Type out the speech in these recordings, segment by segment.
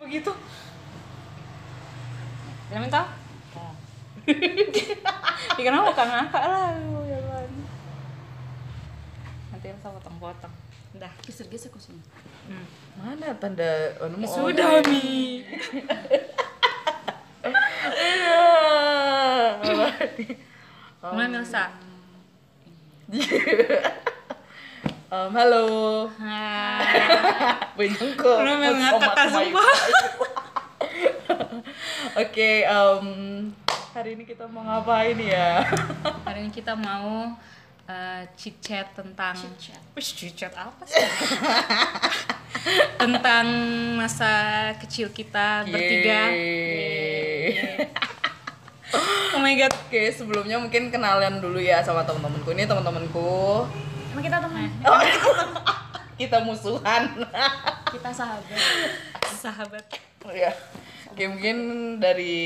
begitu jangan minta Nah. ya kenapa bukan ngakak lah aduh, ya Tuhan. nanti Elsa potong-potong dah Geser-geser ke sini. hmm. Mana tanda anu mau sudah mi mulai Oh. Elsa Um, halo. Nah, Hai. Banyak kok. Lu Oh, memang ngakak, mata sumpah. baik. Oke, um, hari ini kita mau ngapain ya? hari ini kita mau eh, chit chat tentang Chit chat. Wih, chit chat apa sih tentang masa kecil kita bertiga Yeay. oh my god Oke, sebelumnya mungkin kenalan dulu ya sama teman-temanku. Ini teman-temanku. Emang kita teman? Eh, oh. Kita musuhan. Kita sahabat. sahabat ya. Oke, mungkin dari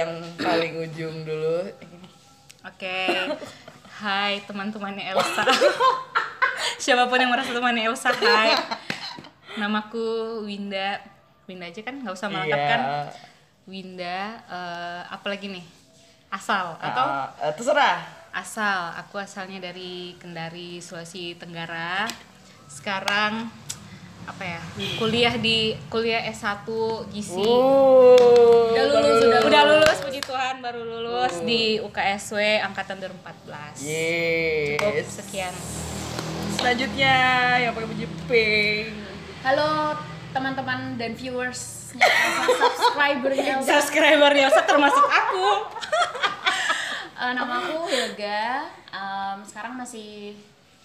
yang paling ujung dulu. oke hai teman-temannya Elsa siapapun yang merasa temannya Elsa hai namaku Winda Winda aja kan nggak usah melengkap Iya. kan Winda eh, apalagi nih asal Ah, atau eh, terserah. asal aku asalnya dari Kendari Sulawesi Tenggara sekarang apa ya kuliah di kuliah S1 Gizi Oh, Uh, Udah lulus, udah lulus. udah lulus puji Tuhan baru lulus Oh. di UKSW angkatan 2014 Cukup, Yes. sekian Selanjutnya yang pakai baju pink. Halo teman-teman dan viewers subscribernya Elsa. subscribernya Elsa termasuk aku Eh, nama aku Hilga. Em, sekarang masih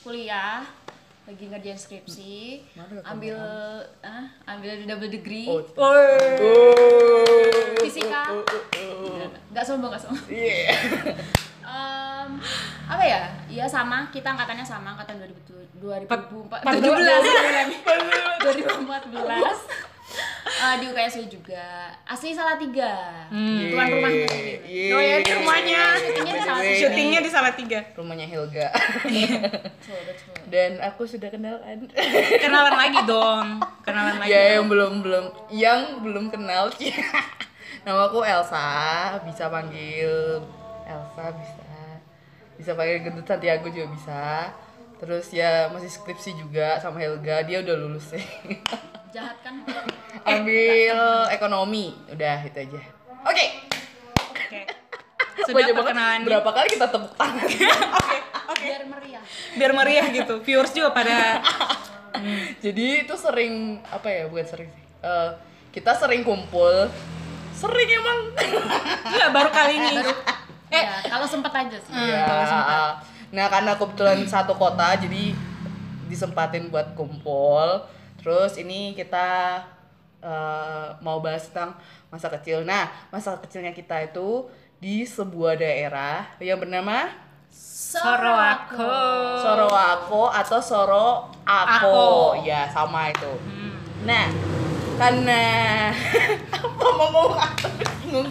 kuliah lagi ngerjain skripsi Mana kamu ambil eh, ambil double degree Oh. Woi. fisika nggak sombong nggak sombong Yeah. Em, apa ya iya sama kita angkatannya sama angkatan 2000 2004 2014 Eh, di UKSW juga asli Salatiga Hmm. Hmm, tuan rumahnya Yeah. Oh ya, di rumahnya. Syutingnya di salah Wih. syutingnya di Salatiga Rumahnya Helga. betul betul Dan aku sudah kenalan. kenalan lagi dong kenalan lagi ya yang belum belum yang belum kenal sih. Nama aku Elsa, bisa panggil Elsa bisa. Bisa panggil Gendut Santiago juga bisa. Terus ya masih skripsi juga sama Helga, dia udah lulus sih. jahat kan Ambil ekonomi, udah itu aja. Oke. Oke. Banyak sudah banget. perkenalannya Berapa kali kita tepuk tangan? biar meriah biar meriah gitu viewers juga pada Jadi itu sering apa ya? Bukan sering sih. Eh, kita sering kumpul. Sering emang. nggak Iya, baru kali ini ya kalau sempet aja sih Iya. Nah, karena kebetulan satu kota jadi disempatin buat kumpul. Terus ini kita eh, mau bahas tentang masa kecil. Nah, masa kecilnya kita itu di sebuah daerah yang bernama Sorowako Soro aku atau Soro aku. Ako. Ya, sama itu. Nah, karena apa ngomong aku bingung.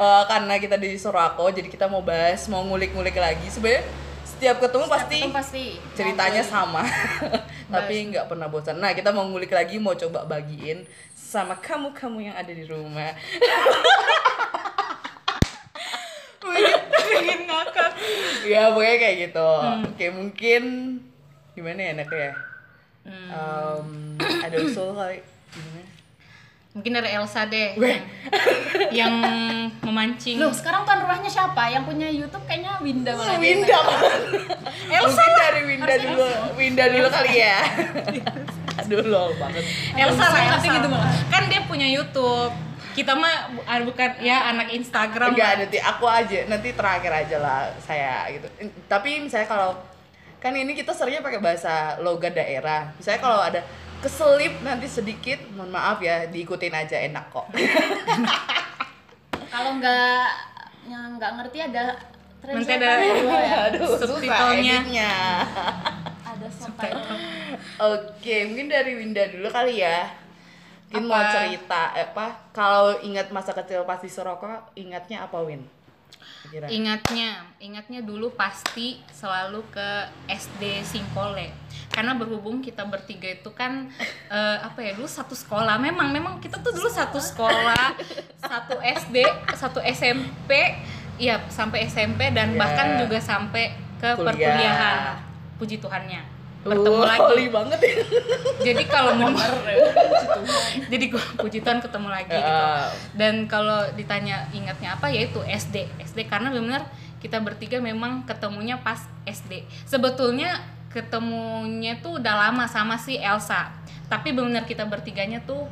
Eh, karena kita di Soro aku, jadi kita mau bahas, mau ngulik-ngulik lagi. Sebenarnya setiap ketemu pasti Itu pasti ceritanya sama. Tapi nggak pernah bosan. Nah, kita mau ngulik lagi, mau coba bagiin sama kamu-kamu yang ada di rumah. pengen ngakak ya, pokoknya kayak gitu. Oke, mungkin gimana ya enaknya ya? Um, ada usul kali gimana? mungkin dari Elsa deh Gue. yang memancing Loh, sekarang tuan rumahnya siapa? Yang punya YouTube kayaknya Winda malah. dia. Oh, Winda Elsa Mungkin dari Winda Harusnya dulu Winda dulu kali ya Aduh lol banget Elsa lah Elsa. Elsa Gitu malah. kan dia punya YouTube kita mah bu- ah, bukan ya anak Instagram Enggak lah. nanti aku aja Nanti terakhir aja lah saya gitu Eh, Tapi misalnya kalau Kan ini kita seringnya pakai bahasa logat daerah Misalnya kalau ada keselip nanti sedikit Mohon maaf ya diikutin aja enak kok Kalau nggak yang nggak ngerti ada Nanti translator ada- kedua ya. Aduh susah Subtitlenya. editnya Ada ya? subtitle. Oke, mungkin dari Winda dulu kali ya. Mungkin mau Apa? cerita eh, apa? Kalau ingat masa kecil pas di Soroko, ingatnya apa Win? Kira. Ingatnya, ingatnya dulu pasti selalu ke SD Singkole. Karena berhubung kita bertiga itu kan eh, apa ya dulu satu sekolah. Memang memang kita tuh dulu satu sekolah, satu SD, satu SMP, ya sampai SMP dan Ya. bahkan juga sampai ke Kuliah. perkuliahan. Puji Tuhannya. Bertemu Bertemu lagi. banget ya. Jadi kalau mau Jadi gua puji Tuhan ketemu lagi gitu Eh, dan kalau ditanya ingatnya apa ya yaitu SD SD karena benar kita bertiga memang ketemunya pas SD sebetulnya ketemunya tuh udah lama sama si Elsa tapi benar kita bertiganya tuh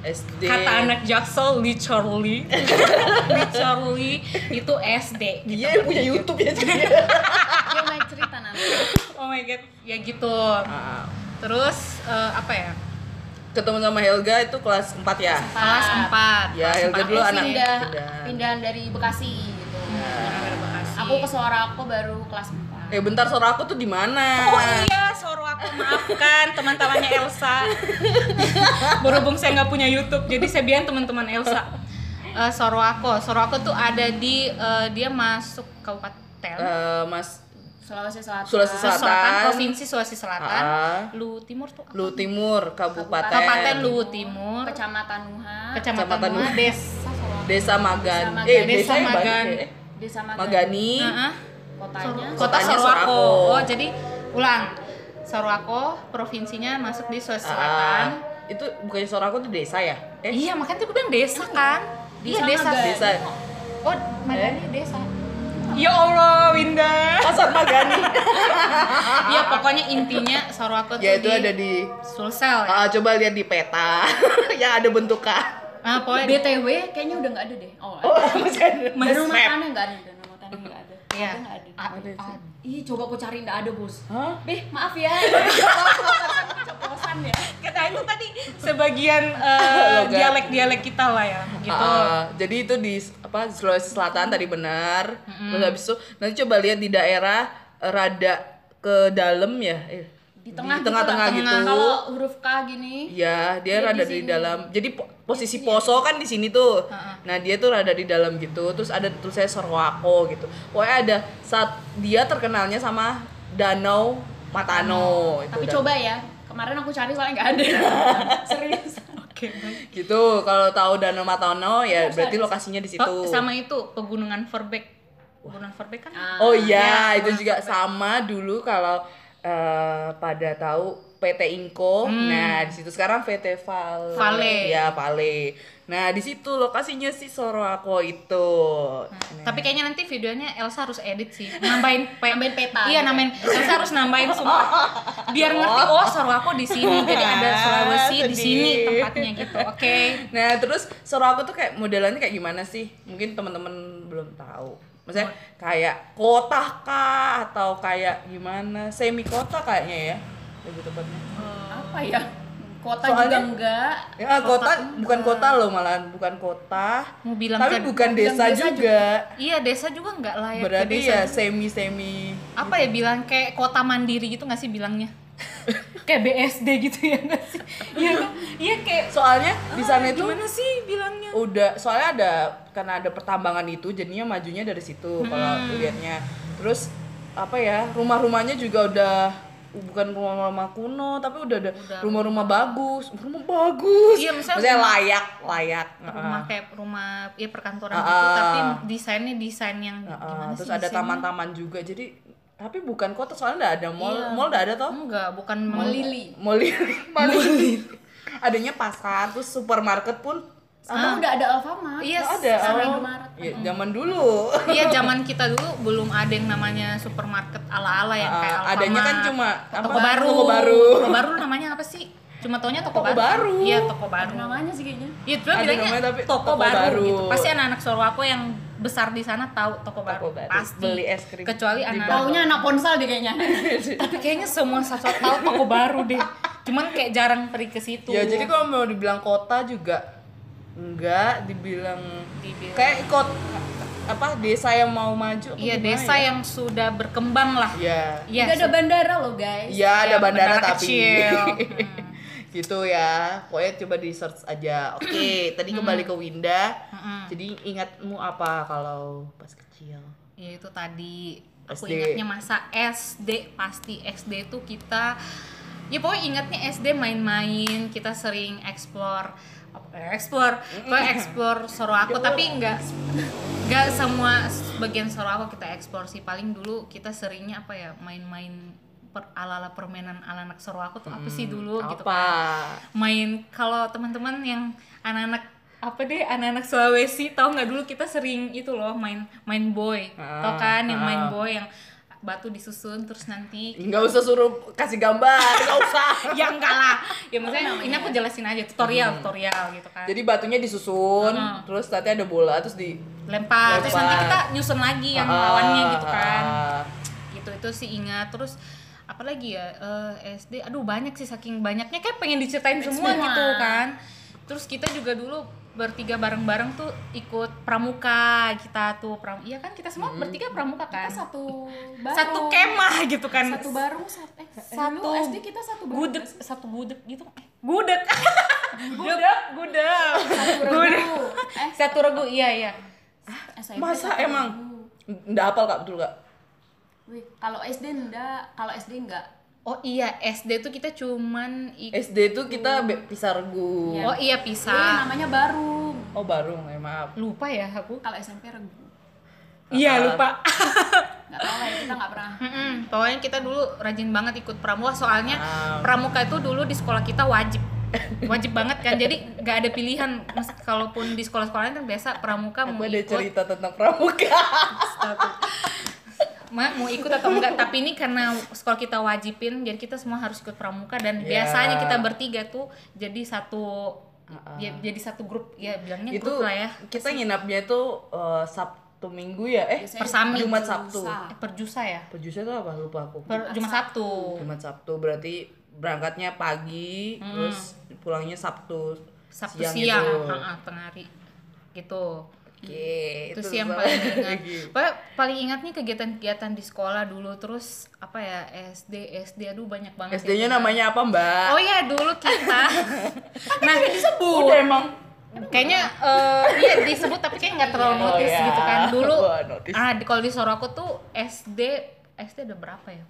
SD. kata anak Jaksel literally literally itu SD Iya yang punya YouTube ya jadi. Dia mau cerita nanti. oh my god ya gitu Ah, terus eh, apa ya Ketemu sama Helga itu kelas 4 ya. kelas empat Ya, kelas Helga empat dulu SD. anak- pindah, pindahan. pindahan dari Bekasi gitu. Anak Bekasi. Aku ke suara aku baru kelas 4. Eh bentar suara aku tuh di mana? Oh iya, suruh aku maafkan teman-temannya Elsa. Berhubung saya nggak punya YouTube, jadi saya bilang teman-teman Elsa. Eh Sorowako, Sorowako tuh ada di eh, dia masuk kabupaten Eh, mas Sulawesi Selatan. Sulawesi Sulawesi Selatan, Selatan. provinsi Sulawesi Selatan. Ah. Lu Timur tuh apa? Lu Timur, Kabupaten, Kabupaten Luwu Timur, Kecamatan Nuha. Kecamatan Kecamatan Mua, Mua. Desa Sorowako. Desa Magan. Desa Magan. Eh, Desa desa Magan. Magan. Desa Magan. Magani. Heeh. Kotanya. Kota Kotanya Sorowako. Sorowako. Oh, jadi ulang. Sorowako provinsinya masuk di Ah, Sulawesi Selatan. itu bukannya suara aku tuh desa ya? Eh, Iya, makanya tuh gue bilang desa kan. Iya, Desa desa. Magan. desa Oh, Magani desa. Ya Allah, Winda. Pasar Magani. Ya pokoknya intinya Sorowako tuh ya itu di ada di Sulsel. ya. Ah, coba lihat di peta yang ada bentuknya. Ah, pokoknya BTW kayaknya udah nggak ada deh. Oh, Oh, ada. masih ada. Gitu. Dan rumah Map. tanah nggak ada, dan rumah tanah nggak ada. Iya. Ada nggak ada. Ah, ah. Ih, coba aku cari nggak ada bos. Hah? Beh, maaf ya. Keceplosan ya. Kata itu tadi sebagian eh, Logat. dialek-dialek kita lah ya, gitu. Ah, jadi itu di apa Sulawesi Selatan tadi benar. Terus habis itu nanti coba lihat di daerah eh, rada ke dalam ya. Eh, Di di tengah tengah-tengah gitu gitu. lah, Kalau huruf K gini, Ya, dia Dia Iya, di rada di, sini. dalam. Jadi po- posisi poso kan di sini tuh. Nah, dia tuh rada di dalam gitu. Terus ada tulisannya Sorwako gitu. Pokoknya ada saat dia terkenalnya sama Danau Matano itu. tapi Dan- coba ya. Kemarin aku cari soalnya nggak ada. Serius. Oke. baik. Gitu. Kalau tahu Danau Matano ya Iya, berarti lokasinya di situ. Oh, sama itu pegunungan Verbeck. Pegunungan Verbeck kan? Ah, Oh iya, Ya, itu juga sama dulu kalau eh, pada tahu PT Inko. Nah, di situ sekarang PT Vale. Vale. Ya, Vale. Nah, di situ lokasinya si Sorowako itu. Tapi kayaknya nanti videonya Elsa harus edit sih. Nambahin pe Nambahin peta Iya, gitu. nambahin. Elsa harus nambahin semua. Biar ngerti oh Sorowako di sini. Jadi ada Sulawesi di Sedih. sini tempatnya gitu. Oke. Nah, terus Sorowako tuh kayak modelannya kayak gimana sih? Mungkin teman-teman belum tahu. Maksudnya kayak kota kah atau kayak gimana? Semi kota kayaknya ya. Lebih tepatnya. Apa ya? Kota juga Soalnya- enggak. Ya, kota bukan kota loh malahan, bukan kota. Mau bilang tapi kan- bukan desa, desa juga. Iya, desa juga nggak layak. ke Berarti desa. ya semi-semi. apa ya bilang kayak kota mandiri gitu nggak sih bilangnya? kayak BSD gitu ya nggak sih? Iya kan? Iya kayak Soalnya di sana itu Oh, ya gimana sih bilangnya? udah soalnya ada karena ada pertambangan itu jadinya majunya dari situ kalau Hmm. lihatnya. Terus apa ya? Rumah-rumahnya juga udah bukan rumah-rumah kuno tapi udah ada rumah-rumah bagus rumah bagus Iya, misalnya rumah- layak layak rumah kayak rumah ya perkantoran Ah, gitu ah. tapi desainnya desain yang Heeh, gimana terus sih ada desainnya? taman-taman juga jadi tapi bukan kota soalnya nggak ada mall Iya. mall nggak ada toh enggak bukan Oh. Mau mall lili. mall mall adanya pasar terus supermarket pun Sekarang udah ada Alfamart. Iya, nggak ada Sampai Oh. Indomaret. Ya, zaman dulu Iya zaman kita dulu belum ada yang namanya supermarket ala-ala yang kayak Ah, adanya kan Alfamart. cuma toko apa, baru. toko baru. Toko baru namanya apa sih? Cuma taunya toko, Toko baru. Iya, toko baru. Namanya sih kayaknya. Iya, cuma Ada bilangnya namanya tapi toko, toko baru, baru. gitu. Pasti anak-anak Sorowako yang besar di sana tahu toko, baru. baru. Pasti Beli es krim di Kecuali anak Taunya anak ponsel deh kayaknya. Tapi kayaknya semua sosok tahu toko baru deh. Cuman kayak jarang pergi ke situ. Iya, ya jadi kalau mau dibilang kota juga enggak dibilang Dibilang- kayak ikut apa desa yang mau maju apa Iya, gimana desa yang sudah berkembang lah. ya Iya. Nggak ada bandara loh guys. ya ada Iya, bandara, bandara tapi kecil. Hmm. gitu ya pokoknya coba di search Hmm. aja oke tadi kembali ke Winda jadi ingatmu apa kalau pas kecil kecil? Ya itu tadi aku SD. ingatnya masa SD pasti SD tuh kita ya pokoknya ingatnya SD main-main kita sering explore apa- eh, explore pokoknya explore Sorowako tapi enggak enggak semua bagian Sorowako kita explore sih paling dulu kita seringnya apa ya main-main per ala-ala permainan ala anak Sorowako tuh apa sih dulu gitu Apa? main kalau teman-teman yang anak-anak apa deh anak-anak Sulawesi tau nggak dulu kita sering itu loh main main boy Ah, tau kan yang ah. main boy yang batu disusun terus nanti Nggak usah suruh kasih gambar, nggak usah. ya enggak lah ya maksudnya ini aku jelasin aja tutorial tutorial gitu kan Hmm. Jadi batunya disusun, Hmm. terus nanti ada bola, terus di lempar terus nanti Lempar. kita nyusun lagi yang Ah, lawannya gitu kan ah. gitu itu sih ingat terus apalagi ya eh, SD aduh banyak sih saking banyaknya kayak pengen diceritain semua, semua. gitu kan terus kita juga dulu bertiga bareng-bareng tuh ikut pramuka kita tuh pram iya kan kita semua bertiga pramuka kan Mm-hmm. Kita satu barung. satu kemah gitu kan Satu barung satu eh, satu dulu SD kita satu barung. gudeg satu gudeg gitu eh, gudeg gudeg gudeg Satu gudeg regu. Eh, satu regu iya iya SMP Masa satu emang? regu. Nggak hafal kak, betul kak? Wih, kalau SD enggak, kalau SD enggak. oh iya SD tuh kita cuman Eh, ikut SD tuh kita be- pisah regu. oh iya Ini pisah namanya barung. Iya. Oh baru, eh, Iya. maaf. lupa ya aku Kalau SMP regu. Iya lupa. Enggak tahu lah ya, kita enggak pernah. Mm-mm, pokoknya kita dulu rajin banget ikut pramuka soalnya Ah. pramuka itu dulu di sekolah kita wajib wajib banget kan jadi nggak ada pilihan Mes- kalaupun di sekolah-sekolah kan biasa pramuka mau Aku ada ikut cerita tentang pramuka. Ma, mau ikut atau enggak tapi ini karena sekolah kita wajibin jadi kita semua harus ikut pramuka dan Ya. biasanya kita bertiga tuh jadi satu ya, jadi satu grup ya itu bilangnya grup lah ya kita nginapnya tuh eh, Sabtu Minggu ya eh Biasanya Persami. Jumat Sabtu Jumat. Eh, perjusa ya Perjusnya tuh apa lupa aku per, Jumat Sabtu Jumat Sabtu berarti berangkatnya pagi terus pulangnya Sabtu Hmm. Sabtu siang, itu. ha-ha, tengah hari gitu Oke Gitu. itu sih yang sama- paling ingat Oke. Pa- paling ingat nih kegiatan-kegiatan di sekolah dulu terus apa ya SD SD aduh banyak banget SD-nya ya. namanya apa Mbak? oh ya dulu kita nah disebut Udah emang kayaknya eh, iya disebut tapi kayak nggak terlalu Oh, notice ya. gitu kan dulu Wah, notice. ah di kalau di Soroko tuh SD SD ada berapa ya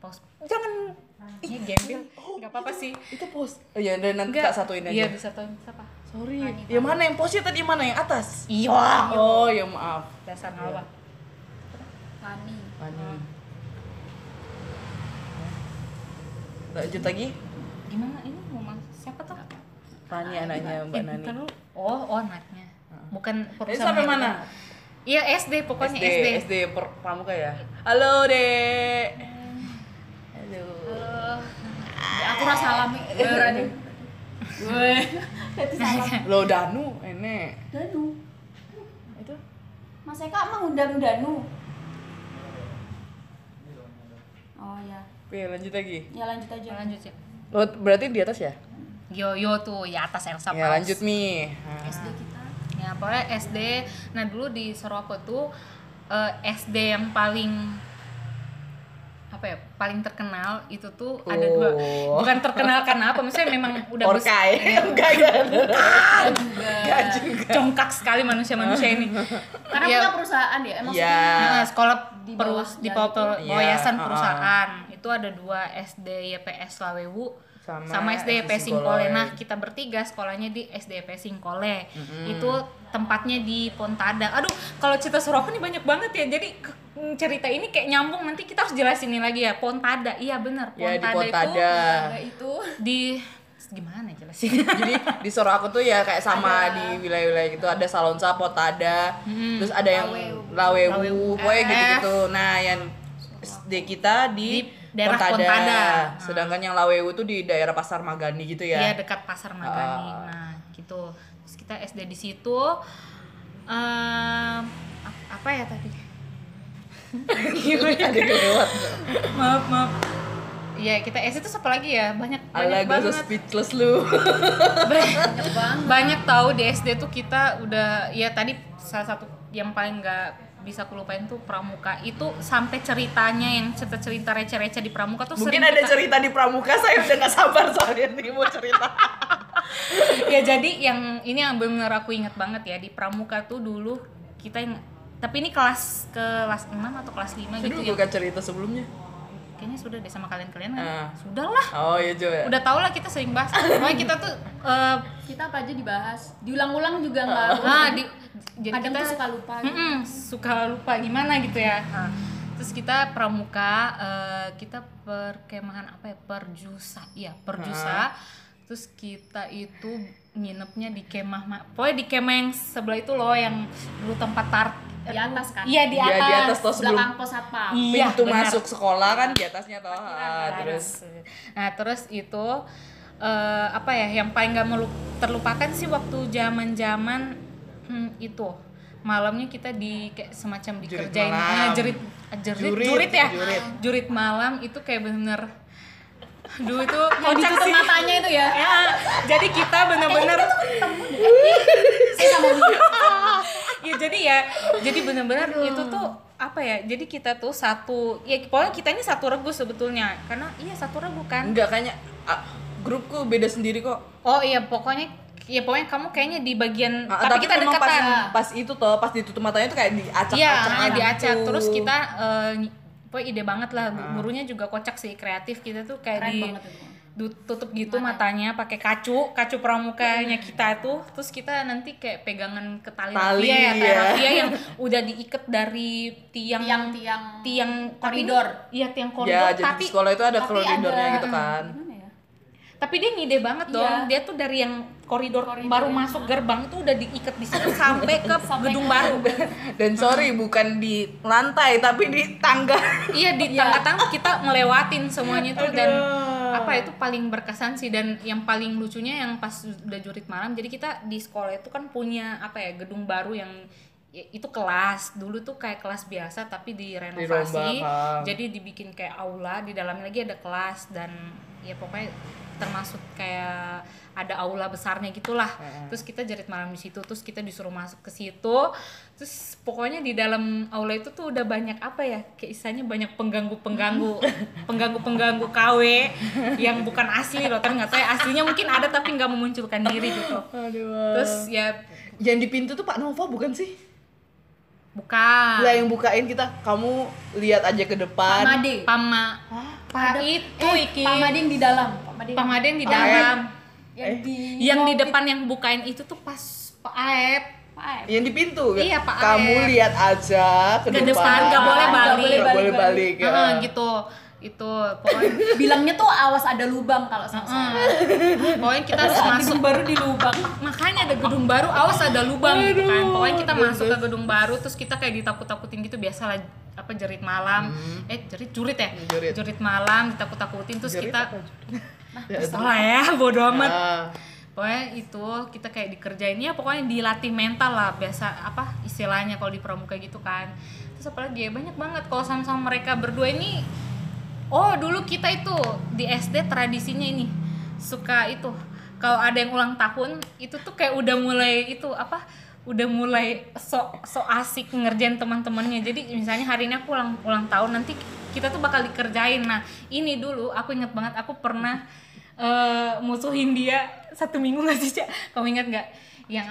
Pos jangan ini iya. gembel nggak apa-apa sih itu pos oh, ya dan nanti kak Nggak. Oh, satuin aja iya disatuin siapa sorry yang mana yang posnya tadi yang mana yang atas iya oh ya maaf dasar ngawak Iya. Tani. Mana? lanjut lagi gimana ini mau masuk siapa tuh Rani anaknya Ah, Iya, Mbak Eh, Nani bentar dulu. Oh, oh anaknya. Bukan Jadi sampai yang- mana? Iya SD pokoknya SD, SD. SD per- pramuka ya. Halo, Dek. Halo. Eh, Ya, aku rasa alami. Gue Rani. Gue. Tadi salah. Lo Danu, Enek. Danu. Itu Mas Eka emang undang Danu. Oh ya. Oke, lanjut lagi. Ya lanjut aja. Ya, Lanjut ya. Lo berarti di atas ya? Yo yo tuh ya atas Elsa ya, Paus. lanjut nih. Ah. SD kita. Ya pokoknya SD. Nah dulu di Soroko tuh eh, SD yang paling apa ya paling terkenal itu tuh ada dua Oh. bukan terkenal karena apa maksudnya memang udah besar Orkai. Enggak, enggak. Enggak juga. congkak sekali manusia-manusia ini Karena Ya, punya perusahaan ya, emang Iya. Nah, sekolah di Di perus bawah di dari bawah per- itu. bawah Iya, yayasan uh-uh. perusahaan itu ada dua SD YPS Lawewu Sama sama, SD SD YPS Singkole. Singkole. Nah kita bertiga sekolahnya di SD YPS Singkole. Itu tempatnya di Pontada. Aduh kalau cerita Soroko nih banyak banget ya. Jadi ke- cerita ini kayak nyambung nanti kita harus jelasin ini lagi ya Pontada. Iya benar Ya, di Pontada, Pontada. itu Nah, itu di gimana jelasin? Jadi di Sorok aku tuh ya kayak sama di wilayah-wilayah gitu ada Salon Potada, terus ada yang Lawewu, pokoknya Hmm. Eh. gitu-gitu. Nah, yang SD kita di, Di daerah Pontada. Sedangkan yang Lawewu tuh di daerah Pasar Magani gitu Iya ya. dekat pasar Magani. Ah. Nah gitu. Terus kita SD di situ. Ehm, ap- apa ya tadi? iya. ada gitu kelewat. maaf maaf. Iya kita SD itu apa lagi ya? Banyak Ala banyak gue so banget. speechless lu. banyak banyak tahu di SD tuh kita udah ya tadi salah satu yang paling nggak bisa kulupain tuh pramuka itu sampai ceritanya yang cerita-cerita receh-receh di pramuka tuh Mungkin sering ada kita- cerita di pramuka saya udah gak sabar soalnya nih mau cerita. ya jadi yang ini yang benar aku ingat banget ya di pramuka tuh dulu kita yang Tapi ini kelas kelas 6 atau kelas 5 gitu Aduh, ya. bukan cerita sebelumnya. Kayaknya sudah deh sama kalian-kalian. kan? Ah. Sudah lah. Oh iya Jo ya. Udah tau lah kita sering bahas. Pokoknya kita tuh eh, Kita apa aja dibahas. Diulang-ulang juga nggak. ah, di- jadi Kadang kita tuh suka lupa. gitu. Mm-mm, suka lupa gimana gitu ya. Terus kita pramuka, eh, kita perkemahan apa ya? Perjusa, iya perjusa. Terus kita itu nginepnya di kemah, ma- pokoknya di kemah yang sebelah itu loh yang dulu tempat tar, Di atas kan. iya di Iya, atas. di atas tuh sebelum Belakang pos satpam. Iya, pintu benar. masuk sekolah kan di atasnya toh. Ah, Nah, terus Nah terus itu eh, apa ya yang paling nggak melu- terlupakan sih waktu zaman zaman itu malamnya kita di kayak semacam Jurit dikerjain malam. Ah, jerit jerit jurit, Jurit, ya jurit. Jurit malam itu kayak bener dulu itu Yang kocak ditutup sih. matanya itu ya. Ya, jadi kita bener-bener ya jadi ya jadi bener-bener itu tuh apa ya jadi kita tuh satu ya pokoknya kita ini satu regu sebetulnya karena iya satu regu kan enggak kayaknya ah, grupku beda sendiri kok. oh iya pokoknya ya pokoknya kamu kayaknya di bagian Ah, Hmm, tapi, kita memang dekatan Pas, pas itu toh, pas ditutup matanya tuh kayak diacak-acak. iya ah, gitu. diacak terus kita eh, pokoknya ide banget lah gurunya juga kocak sih kreatif kita tuh kayak Keren di banget itu. tutup gitu matanya pakai kacu kacu pramukanya kita tuh terus kita nanti kayak pegangan ke tali, Tali, rafia ya tali iya. rafia yang udah diikat dari tiang Tiang-tiang. tiang tapi ini- Koridor. iya Ya, tiang koridor jadi tapi Hmm. di sekolah itu ada tapi koridornya ada- gitu kan. Gimana ya? tapi dia ngide banget dong Iya. dia tuh dari yang koridor, Koridor baru yang- masuk gerbang tuh udah diikat di situ sampai ke gedung baru Dan sorry Hmm. bukan di lantai tapi di tangga. iya di tangga-tangga kita ngelewatin semuanya tuh dan apa ya, itu paling berkesan sih dan yang paling lucunya yang pas udah jurit malam jadi kita di sekolah itu kan punya apa ya gedung baru yang ya, itu kelas dulu tuh kayak kelas biasa tapi direnovasi Dirombak, ah. jadi dibikin kayak aula di dalamnya lagi ada kelas dan ya pokoknya termasuk kayak ada aula besarnya gitulah terus kita jerit malam di situ terus kita disuruh masuk ke situ terus pokoknya di dalam aula itu tuh udah banyak apa ya kayak istilahnya banyak pengganggu pengganggu pengganggu pengganggu KW yang bukan asli loh kan nggak tahu ya aslinya mungkin ada tapi nggak memunculkan diri gitu Aduh. terus ya Yang di pintu tuh Pak Nova bukan sih? Lah iya. bukan yang bukain kita, kamu lihat aja ke Pak depan. Made. pama Pak Made. itu Eh, iki Pak Made yang di dalam. Pak Made. pamaden di Pak Aep. dalam Eh, Yang di yang di depan yang bukain itu tuh pas Pak Aep Pak Aep. Yang di pintu. kan? Iya, Pak Kamu Aep. lihat aja ke, Ke depan, nggak boleh balik. Nggak boleh balik. ya. Heeh, gitu itu pokoknya bilangnya tuh awas ada lubang kalau sama saya. heeh. pokoknya kita harus masuk Gedung baru di lubang. makanya ada gedung baru awas ada lubang gitu kan Aduh, pokoknya kita aduh, masuk ke gedung baru terus kita kayak ditakut-takutin gitu biasalah apa jerit malam eh jerit jurit ya Jurit. malam ditakut-takutin terus Jerit kita apa? Ya, terserah ya bodo amat Ah. pokoknya itu kita kayak dikerjain ya pokoknya dilatih mental lah biasa apa istilahnya kalau di pramuka gitu kan terus apalagi ya banyak banget kalau sama-sama mereka berdua ini oh dulu kita itu di SD tradisinya ini suka itu kalau ada yang ulang tahun itu tuh kayak udah mulai itu apa udah mulai sok sok asik ngerjain teman-temannya jadi misalnya hari ini aku ulang ulang tahun nanti kita tuh bakal dikerjain nah ini dulu aku inget banget aku pernah eh, musuhin dia satu minggu nggak sih Cak? kamu ingat nggak yang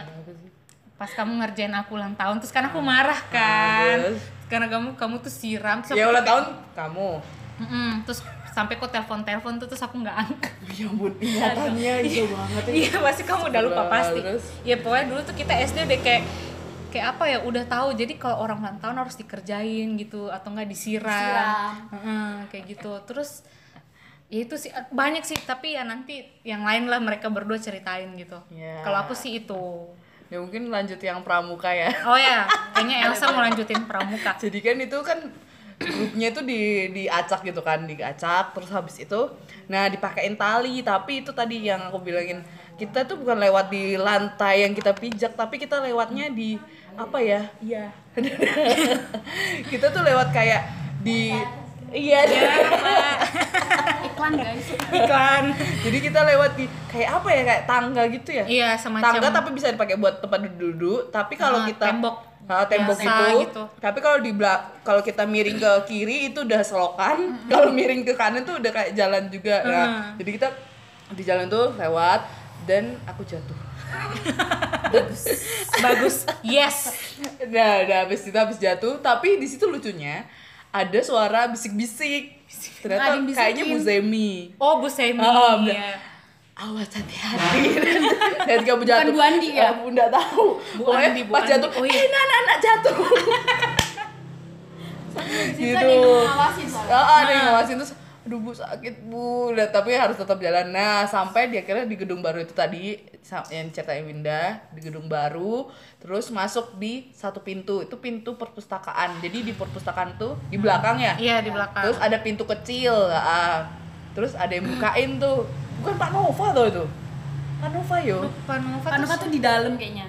pas kamu ngerjain aku ulang tahun terus kan aku marah kan Terus? karena kamu kamu tuh siram terus Ya ulang tahun kamu. Mm-mm, terus sampai kok telepon-telepon tuh terus aku nggak angkat. Ya ampun, ingatannya itu banget ya. Iya, pasti kamu udah lupa Astagfirullah, pasti. terus? Ya pokoknya dulu tuh kita SD udah kayak kayak apa ya udah tahu jadi kalau orang ulang tahun harus dikerjain gitu atau nggak disiram, Disiram. Mm-mm, kayak gitu terus ya itu sih banyak sih tapi ya nanti yang lain lah mereka berdua ceritain gitu Ya. kalau aku sih itu Ya mungkin lanjut yang pramuka ya. oh ya kayaknya Elsa mau lanjutin pramuka Jadi kan itu kan grupnya itu di diacak gitu kan, diacak terus habis itu nah dipakein tali, tapi itu tadi yang aku bilangin kita tuh bukan lewat di lantai yang kita pijak, tapi kita lewatnya di apa ya? Iya. kita tuh lewat kayak di iya. Iklan guys. iklan Jadi kita lewat di kayak apa ya? Kayak tangga gitu ya? iya semacam tangga tapi bisa dipakai buat tempat duduk tapi kalau Ah, kita tembok. Ah, tembok Biasa itu gitu. tapi kalau di belak kalau kita miring ke kiri itu udah selokan kalau miring ke kanan tuh udah kayak jalan juga Nah, jadi kita di jalan tuh lewat dan aku jatuh bagus yes Nah, udah habis itu habis jatuh, tapi di situ lucunya ada suara bisik-bisik. Ada Ternyata yang bisikin. kayaknya Muzemi. oh Bu Semi Oh, Bu- iya. Awas hati-hati. Dan kamu gitu. jatuh. Bu Andi ya? Aku enggak tahu. Bu Pokoknya Andi, Bu pas Andi. jatuh, Oh, iya. eh anak anak jatuh. Situ ada Gitu. yang ngawasin soalnya. Ah, ada yang ngawasin terus aduh bu sakit bu udah tapi harus tetap jalan nah sampai dia akhirnya di gedung baru itu tadi sa- yang ceritain Winda di gedung baru terus masuk di satu pintu itu pintu perpustakaan jadi di perpustakaan tuh di belakang ya iya di belakang terus ada pintu kecil ah. terus ada yang bukain tuh bukan Pak Nova tuh itu Pak Nova yo Panova Panova tuh di dalam kayaknya.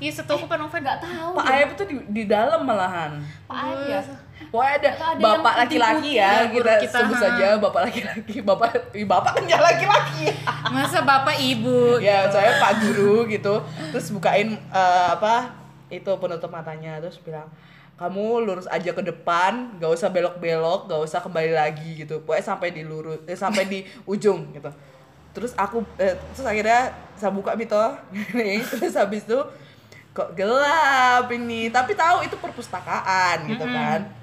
iya setahu aku Panova Enggak tahu. Pak Ayep tuh di, di dalam malahan Pak Ayep ya. Pokoknya ada, Atau ada bapak yang laki-laki putih-putih ya, ya, guru kita, kita, sebut ha. saja bapak laki-laki, bapak ih, bapak kan ya laki-laki. Ah, masa bapak ibu ya, saya Pak Guru gitu. Terus bukain eh, apa? Itu penutup matanya terus bilang, "Kamu lurus aja ke depan, gak usah belok-belok, gak usah kembali lagi gitu." Pokoknya sampai di lurus eh, sampai di ujung gitu. Terus aku eh, terus akhirnya saya buka gitu. Nih, terus habis itu kok gelap ini, tapi tahu itu perpustakaan gitu kan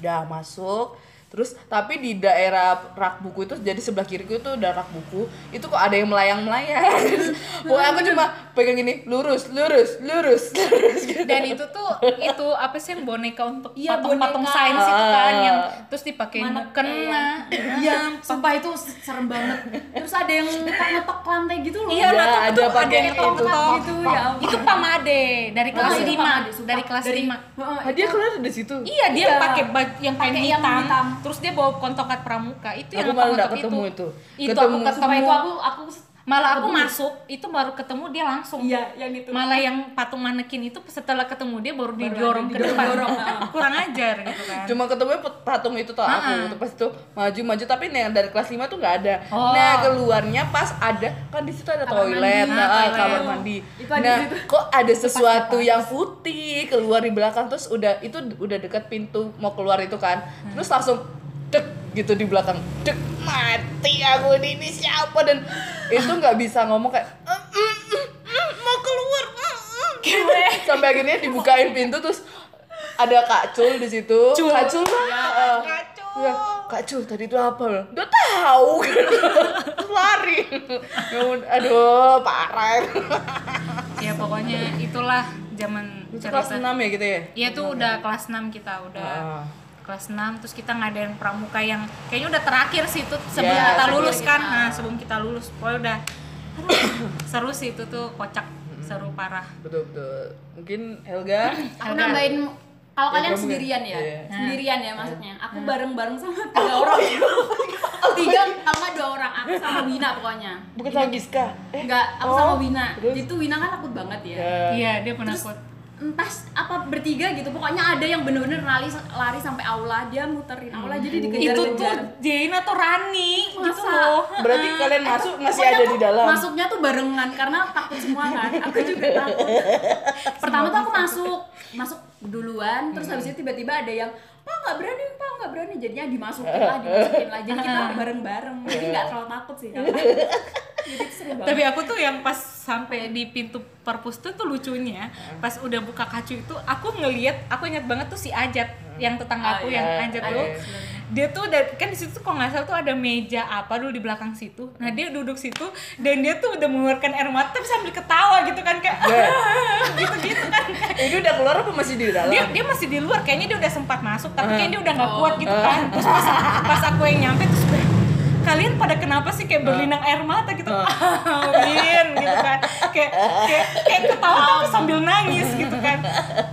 udah masuk terus tapi di daerah rak buku itu jadi sebelah kiriku itu ada rak buku itu kok ada yang melayang melayang Pokoknya aku cuma pegang gini lurus lurus lurus lurus gitu. dan itu tuh itu apa sih yang boneka untuk Iya, patung-patung boneka. sains itu kan Ah. yang terus dipakai Mana mukena Iya, sumpah itu serem banget. Terus ada yang ngetok lantai gitu loh. Iya, Iya, lah, tuh- ada tuh pakai yang itu. ketok-ketok Gitu, ya ampun. Itu pamade dari kelas Pamade, lima pamade, sumpah. dari kelas Dari- lima Heeh, Ah, dia keluar dari situ Iya, dia Iya. pakai baju yang kain Pakai yang hitam, hitam. terus dia bawa kontokat pramuka. Itu yang Aku malah kontokat nggak ketemu itu. Itu Ketemu. aku ketemu. Sumpah itu aku aku malah aku keburu. masuk, itu baru ketemu dia langsung. Iya, yang itu. Malah yang patung manekin itu setelah ketemu dia baru ada ah. didorong ke depan. didorong-dorong, Kan kurang ajar gitu kan. cuma ketemu pet- patung itu tuh Ah. aku tuh pas itu maju maju tapi nah, yang dari kelas 5 tuh nggak ada Oh. nah keluarnya pas ada kan di situ ada Kamar toilet mandi. nah, Ah, ah, toilet. kamar mandi Itu ada nah di situ. kok ada sesuatu yang putih keluar di belakang terus udah itu d- udah dekat pintu mau keluar itu kan terus langsung dek gitu di belakang dek mati aku ini, ini siapa dan itu nggak bisa ngomong kayak "Mm, mm, mm, mm, mau keluar mm, mm." sampai akhirnya dibukain pintu terus ada Kak Cul di situ. Cul. Kak Cul lah. Kak Cul. Iya, Kak Cul tadi itu apa? Udah tahu kan. Terus Lari. Ya udah, aduh, parah. Ya pokoknya itulah zaman Itu cerita. kelas 6 ya gitu ya? Iya tuh udah kelas 6 kita udah Ah. kelas 6 terus kita ngadain pramuka yang kayaknya udah terakhir sih itu sebelum Ya, kita sebelum lulus kita- kan. Nah, sebelum kita lulus pokoknya udah aduh, seru sih itu tuh kocak, seru parah. Betul betul. Mungkin Helga Aku nambahin kalau Ya, kalian kamu sendirian ya, ya. Iya. sendirian ya maksudnya. Aku bareng-bareng sama tiga orang, tiga sama dua orang. Aku sama Wina pokoknya. bukan sama Giska. Eh, Enggak, aku Oh, sama Wina. terus? Itu Wina kan takut banget ya. ya. Iya, dia penakut. Entah apa bertiga gitu, pokoknya ada yang bener-bener lari, lari sampai aula, dia muterin aula Hmm. jadi dikejar-kejar. Itu tuh Jane atau Rani gitu Masa? loh. Berarti kalian masuk masih Pokoknya ada aku di dalam. Masuknya tuh barengan karena takut semua kan. Aku juga takut. Pertama tuh aku masuk, masuk duluan terus habis itu tiba-tiba ada yang Pak nggak berani, Pak nggak berani. Jadinya dimasukin lah, dimasukin lah. Jadi kita bareng-bareng. Jadi nggak terlalu takut sih. kalau- Jadi itu Iya. seru banget. Tapi aku tuh yang pas sampai di pintu perpus tuh, tuh lucunya Hmm. pas udah buka kacu itu aku ngeliat aku ingat banget tuh si Ajat yang tetangga aku Oh, yang Hmm. iya. Ajat Ajat. tuh dia tuh dari- kan di situ tuh kalau nggak salah tuh ada meja apa dulu di belakang situ nah dia duduk situ dan dia tuh udah mengeluarkan air mata tapi sambil ketawa gitu kan kayak Ya. gitu gitu kan Ini udah keluar apa masih di dalam? dia dia masih di luar kayaknya dia udah sempat masuk tapi kayaknya dia udah nggak kuat gitu kan terus pas, pas aku yang nyampe terus gue, kalian pada kenapa sih kayak berlinang air mata gitu Win gitu kan kayak kayak kayak ketawa tapi sambil nangis gitu kan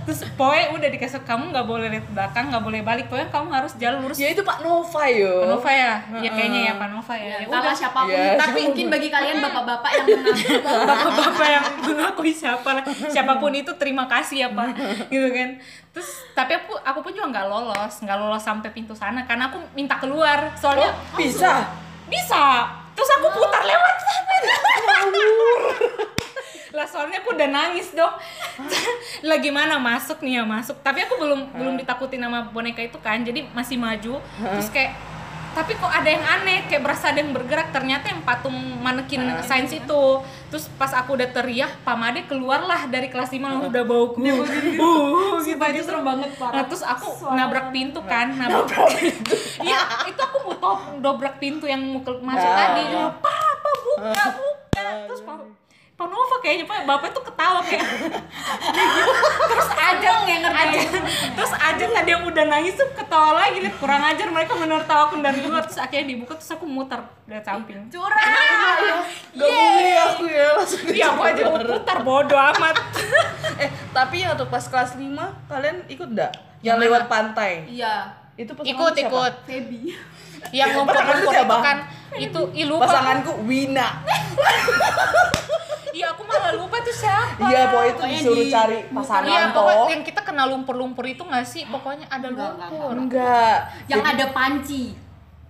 terus poe udah dikasih kamu nggak boleh lihat belakang nggak boleh balik pokoknya kamu harus jalan lurus Ya itu Pak Nova yo. Panova ya ya kayaknya ya Panova ya, ya Entahlah udah siapapun, Iya. tapi mungkin bagi kalian bapak-bapak yang mengaku bapak-bapak yang mengakui siapa lah siapapun itu terima kasih ya pak gitu kan terus tapi aku aku pun juga nggak lolos nggak lolos sampai pintu sana karena aku minta keluar soalnya Oh, bisa. bisa terus aku putar lewat lah soalnya aku udah nangis dong lah gimana masuk nih ya Hmm. masuk tapi aku belum belum ditakutin sama boneka itu kan jadi masih maju terus kayak tapi kok ada yang aneh kayak berasa ada yang bergerak ternyata yang patung manekin Hmm. sains itu terus pas aku udah teriak pamade keluarlah dari kelas 5 langsung udah bau gue Uh, gitu Sumpah itu serem banget Nah, parah. terus aku nabrak pintu kan, nabrak pintu. Iya, itu aku mau top dobrak pintu yang mau ke- masuk Nah. tadi. Ya, apa apa buka buka. Terus Pak Pak Nova kayaknya Pak Bapak tuh ketawa kayak terus Ajeng yang ngerti terus Ajeng tadi yang udah nangis tuh ketawa lagi lihat kurang ajar mereka menertawakan dari luar terus akhirnya dibuka terus aku muter dari samping Curang. Gak boleh aku ya langsung iya aku aja keluar. muter bodoh amat Eh tapi ya untuk pas kelas 5 kalian ikut gak? Yang lewat pantai Iya. itu pasangan ikut siapa? ikut Feby. yang Pasangan lu ngumpul-ngumpul siapa? itu kan itu ih lupa Pasanganku Wina iya aku malah lupa tuh siapa Iya pokoknya itu Pokoknya disuruh di- cari pasangan Iya, toh pokoknya yang kita kena lumpur-lumpur itu nggak sih? Pokoknya ada Enggak, lumpur. Enggak Yang ada panci.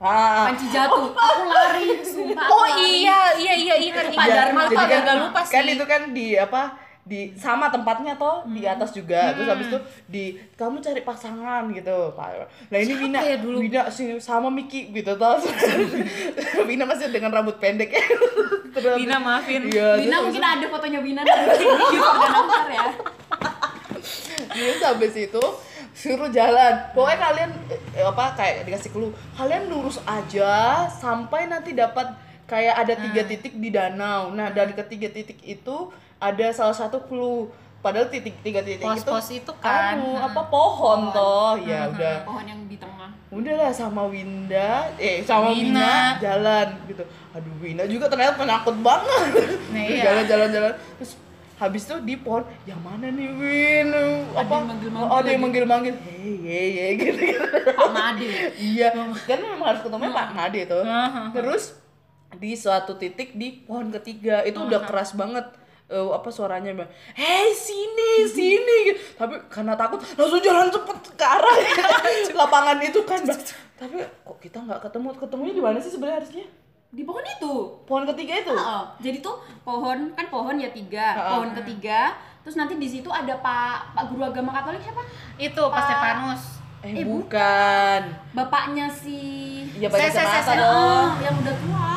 Ah, Panci jatuh. Aku lari. Sumpah. aku Oh lari. iya, iya, iya, ingat Pak ingat. Dharma Malah tuh tuh jadi agak agak lupa sih. Hmm. Kan itu kan di apa di sama tempatnya toh di atas juga terus habis itu di kamu cari pasangan gitu Pak. Nah ini Wina, ya dulu? Wina sih sama Miki gitu toh. Wina masih dengan rambut pendek ya. Terus Wina, maafin. Iya, Wina terus mungkin ada fotonya Wina di YouTube dan Amtar ya. Terus habis itu suruh jalan. Pokoknya kalian eh, apa kayak dikasih clue, kalian lurus aja sampai nanti dapat kayak ada Nah. tiga titik di danau. Nah, dari ketiga titik itu ada salah satu clue. Padahal titik tiga titik Pos-pos itu itu kan. Nah, anu, apa pohon toh. Ya udah. Pohon yang di tengah. Udahlah sama Winda, eh sama Wina. Wina, jalan gitu. Aduh Wina juga ternyata penakut banget. Nah, Terus iya. Jalan-jalan-jalan. Terus habis itu di pohon, yang mana nih Win? Apa? Oh, yang manggil-manggil ada yang manggil-manggil. Hey, hey, hey, gitu, gitu. Pak Made. Iya, Oh. kan memang harus ketemunya Pak Hmm. Made tuh. Terus di suatu titik di pohon ketiga itu Hmm, udah keras banget eh, apa suaranya Mbak. Hei sini sini gitu. tapi karena takut langsung jalan cepet ke arah lapangan itu kan Mbak. tapi kok kita nggak ketemu ketemunya di mana sih sebenarnya harusnya Di pohon itu. pohon ketiga itu Oh. Heeh. Jadi tuh pohon kan pohon ya tiga, Heeh. pohon ketiga. Terus nanti di situ ada Pak Pak Guru Agama Katolik siapa? Itu pas Pak- Stefanus. eh, Eh, bukan Bapaknya si Iya banyak Saya- saya- saya- Oh. cerita saya- dong. Heeh, yang udah tua.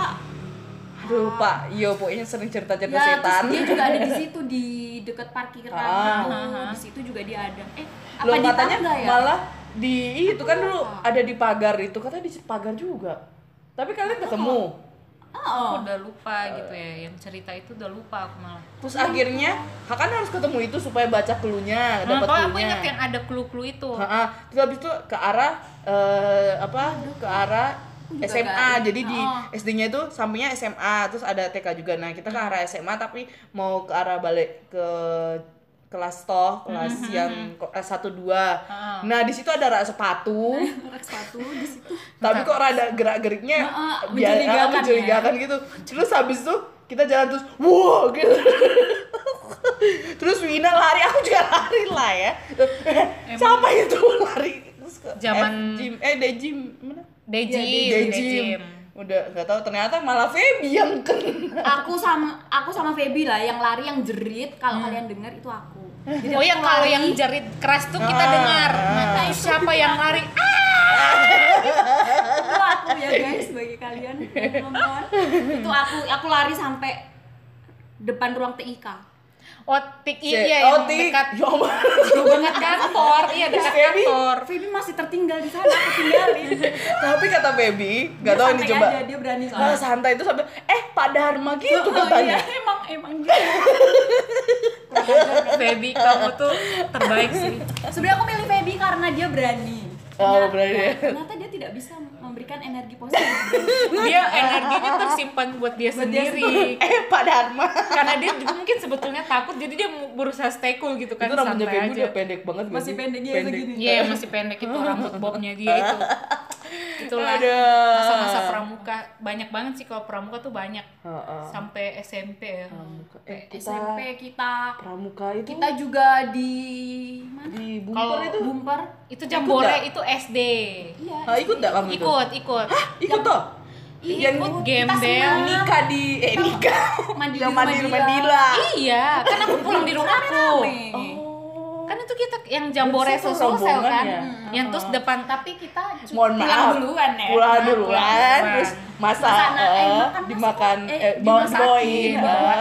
Aduh Pak, iya pokoknya sering cerita-cerita Ya, setan. terus dia juga ada di situ di dekat parkiran Ah. tahu. Di situ juga dia ada. Eh, apa Loh di katanya tangga ya? Ah. malah di itu kan dulu ada di pagar itu katanya di pagar juga. Tapi kalian ketemu. Heeh. Aku udah lupa gitu ya, yang cerita itu udah lupa aku malah. Terus akhirnya kakak kan harus ketemu itu supaya baca Ah, keluarnya, Nah, dapat pokoknya aku cluenya. inget yang ada clue-clue itu. Ha-ha. Terus habis itu ke arah eh, apa? Ke arah juga SMA. nggak- Jadi di Oh. Hmm. SD-nya itu sampingnya SMA, terus ada TK juga. Nah, kita ke arah SMA tapi mau ke arah balik ke kelas toh, kelas Hmm, yang ko- eh, satu dua. Ha-ha. Nah, di situ ada rak sepatu, Rak sepatu di situ. tapi kok rada gerak-geriknya Ha-ha, biar- mencurigakan ya? ha, mencurigakan gitu. Terus habis itu kita jalan terus, wow gitu. terus Wina lari, aku juga lari lah ya. Siapa itu lari? Terus ke Zaman- F gym, eh Dejim mana? Dejim, Iya, Dejim. Udah nggak tahu ternyata malah Feby yang kena. aku sama aku sama Feby lah yang lari yang jerit kalau kalian dengar itu aku. Jadi Oh aku yang kalau lari. yang jerit keras tuh kita Ah. dengar. Nah, itu siapa yang lari? Ah, itu aku ya guys bagi kalian yang nonton itu aku aku lari sampai depan ruang TIK otik Cek. iya yang Oh, Tik. dekat Ya Allah. jauh banget kantor, iya dekat Feby. kantor. Feby masih tertinggal di sana aku tinggalin Tapi kata Feby, nggak Dia tahu ini santai coba. aja, dia berani Ah, soalnya santai itu sampai eh Pak Dharma gitu Oh, iya, katanya. emang emang gitu Feby kamu tuh terbaik sih. sebenarnya aku milih Feby karena dia berani Oh, Nah, berani ya. ternyata dia tidak bisa memberikan energi positif Dia energinya tersimpan buat dia Buat dia sendiri. Eh Pak Dharma. Karena dia juga mungkin sebetulnya takut jadi dia mu- berusaha stay cool gitu kan itu rambutnya santai Feby aja. udah pendek banget nggak Masih sih? pendek, iya, segini. Iya, masih pendek itu rambut bobnya dia itu. Itulah Aduh. masa-masa pramuka banyak banget sih kalau pramuka tuh banyak Ha-ha. sampai SMP ya. Pramuka. Eh, kita SMP kita pramuka itu kita juga di mana di bumper Kalau itu. bumper Itu Ikut jambore nggak? itu SD. iya Ah, ikut enggak kamu itu? Ikut, ikut. Ikut toh. Yang Ikut Iya, kita gembel. senang. nikah di eh nikah. mandi di Yang rumah mandi dia. rumah Dila. Iya, kan aku pulang di rumahku. Rame. Oh. kan itu kita yang jambore Itu satu sosial rombongan kan ya. yang terus depan tapi kita cu- Mohon pulang maaf. duluan ya pulang Nah, duluan pulang terus masak Masak, nah, eh, eh, makan, dimakan masak, eh, eh, bawa dimasakin, bawain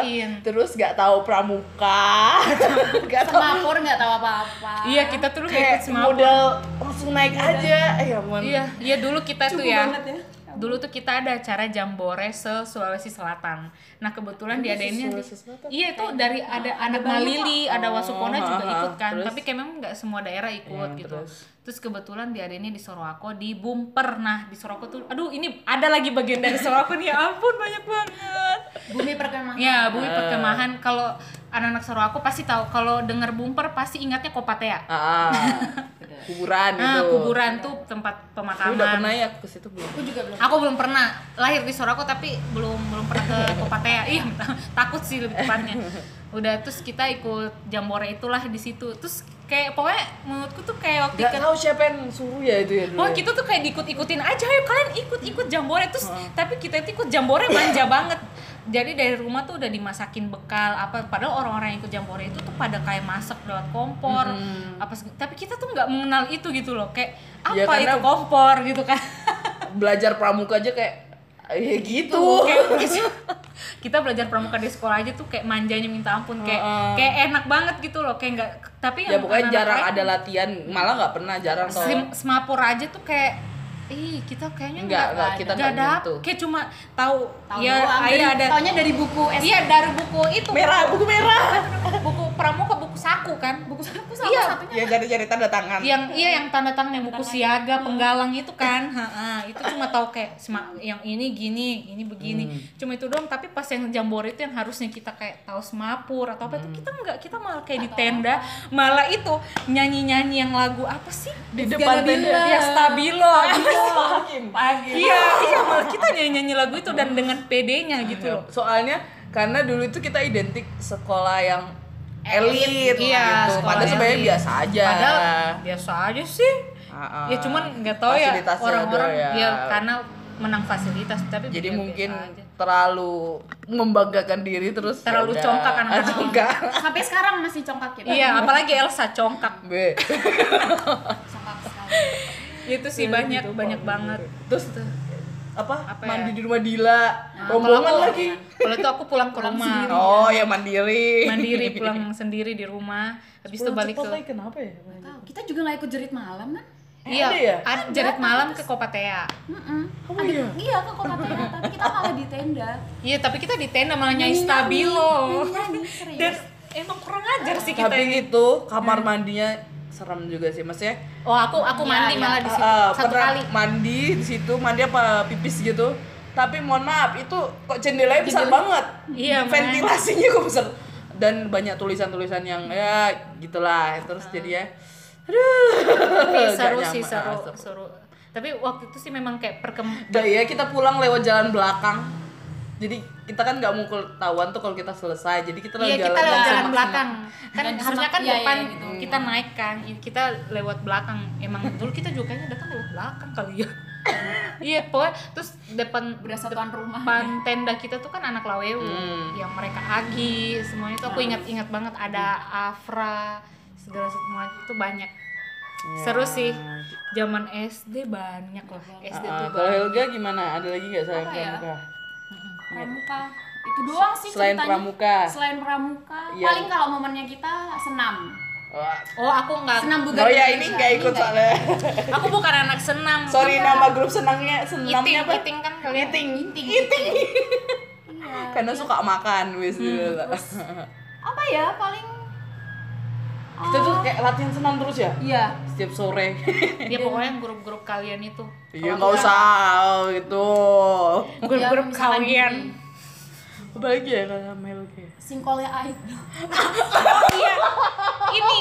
dibawain. terus nggak tahu pramuka nggak tahu semapur nggak tahu apa-apa iya kita tuh dulu kayak kayak ikut semapur. model langsung naik aja Eh, ya ampun iya iya dulu kita tuh Cukup ya banget ya. dulu tuh kita ada acara jambore se Sulawesi Selatan nah kebetulan diadainnya Sulawesi Selatan? iya itu dari ada anak Malili ada Wasupona Oh, juga ah, ikut kan terus? tapi kayak memang nggak semua daerah Iya, ikut gitu terus? terus. kebetulan diadainnya di Sorowako di Bumper nah di Sorowako tuh aduh ini ada lagi bagian dari Sorowako nih ya ampun banyak banget bumi perkemahan Ya, Bumi Perkemahan kalau anak-anak suruh aku pasti tahu kalau denger bumper pasti ingatnya Kopatea. Ah, kuburan itu Nah, kuburan tuh tempat Lu udah pemakaman. pernah ya ke situ belum aku juga belum Aku belum pernah lahir di Soroko tapi belum belum pernah ke Kopatea. Iya, takut sih lebih tepatnya. Udah terus kita ikut jambore itulah di situ. Terus kayak pokoknya menurutku tuh kayak waktu nggak ikut tahu siapa yang suruh ya itu ya dulu Oh ya. kita tuh kayak diikut-ikutin aja, ayo kalian ikut-ikut jambore terus tapi kita itu ikut jambore manja banget. Jadi dari rumah tuh udah dimasakin bekal apa padahal orang-orang yang ikut jambore itu tuh pada kayak masak lewat kompor Mm-hmm. apa seg- tapi kita tuh nggak mengenal itu gitu loh kayak Ya, apa karena- itu kompor gitu kan. belajar pramuka aja kayak ya gitu Kayak kita belajar pramuka di sekolah aja tuh kayak manjanya minta ampun kayak Heeh. kayak enak banget gitu loh kayak nggak tapi ya yang pokoknya anak-anak jarang lain- ada latihan malah nggak pernah jarang kalau Sem- semapur aja tuh kayak ih kita kayaknya Enggak, enggak, kita enggak enggak ada gitu. kayak cuma tahu tahu ya doang iya dari, ada taunya dari buku S iya dari buku itu merah buku merah buku pramuka buku saku kan buku aku sama iya satunya ya cari-cari tanda tangan yang iya yang tanda tangan yang buku siaga penggalang itu kan ha, ha, itu cuma tahu kayak sema- yang ini gini ini begini cuma itu doang tapi pas yang jambore itu yang harusnya kita kayak tahu semapur atau apa itu kita enggak kita malah kayak di tenda malah itu nyanyi nyanyi yang lagu apa sih di depan tenda ya stabilo Iya, gitu pagi Iya, iya malah kita nyanyi-nyanyi lagu itu dan dengan PD-nya gitu Iya, loh. soalnya karena dulu itu kita identik sekolah yang Elit, elit iya, gitu sekolah padahal sebenarnya elit. biasa aja Padahal biasa aja sih. Ah, ah. Ya cuman nggak tahu ya Fasilitasnya orang-orang doang ya. ya. karena menang fasilitas tapi jadi biasa mungkin aja. terlalu membanggakan diri terus Terlalu yaudah. congkak Ah, anak-anak. congkak sampai sekarang masih congkak ya, kita Iya, apalagi Elsa congkak. Be. congkak sekali Itu sih Iya, banyak gitu, banyak banget. terus apa, Apa mandi ya? Nah, di rumah Dila rombongan Kalau iya. aku- ya, lagi Kalau itu aku pulang ke rumah. oh ya mandiri Mandiri pulang sendiri di rumah, habis itu Pulang balik cepat ke lagi, kenapa ya Tahu, kita juga nggak ikut jerit malam kan Eh, Iya, ada ya? ada jerit malam ke Kopatea. Mm-mm. Oh, Ada- iya? iya ke kota Tera, tapi kita malah di tenda Iya, tapi kita di tenda malah nyanyi Nyanyi-nyanyi, Iya, stabilo. nyanyi-nyanyi, serius. Dan emang kurang ajar sih kita tapi ini. Nah. itu kamar mandinya serem juga sih maksudnya Oh aku aku mandi iya. malah di situ ah, ah, satu pernah kali. mandi di situ mandi apa pipis gitu tapi mohon maaf itu kok jendelanya besar Jendela- banget Iya, ventilasinya kok besar dan banyak tutulan-tulisan yang ya gitulah terus Ah. jadi ya aduh Tapi nggak seru nyaman. sih seru, Ah, seru. Tapi waktu itu sih memang kayak perkem Dah ya kita pulang lewat jalan belakang. Jadi kita kan nggak mau ketahuan tuh kalau kita selesai. Jadi kita lewat Iya jalan kita lewat belakang. jalan belakang kan Dan harusnya kan sama- iya, depan iya, gitu. kita naik kan Iya, kita lewat belakang emang dulu kita juga kayaknya datang lewat belakang kali ya iya pokoknya terus depan berasa tuan rumah depan tenda kita tuh kan anak lawewu Hmm. Nah. yang mereka agi semuanya tuh aku ingat-ingat banget ada Afra segala semua itu banyak Iya. seru sih zaman SD banyak lah SD Ah, tuh kalau banyak. Helga gimana? Ada lagi nggak sayang Apa ya? pramuka? pramuka itu doang sih Selain ceritanya. pramuka. selain pramuka Iya. paling kalau momennya kita senam Wah. oh aku nggak senam Oh bugar ya Indonesia. ini nggak ikut nggak soalnya. aku bukan anak senam Sorry nama grup senangnya iting senamnya apa? iting kan kalian Iting. Inting. Iya. Karena suka makan wis gitu. apa ya paling Kita tuh kayak latihan senam terus ya iya setiap sore. ya pokoknya grup-grup kalian itu Iya nggak usah gitu. grup-grup Ya, misalkan kalian gini, Apalagi ya kalau Mel kayak. singkolnya Aik Oh, iya. ini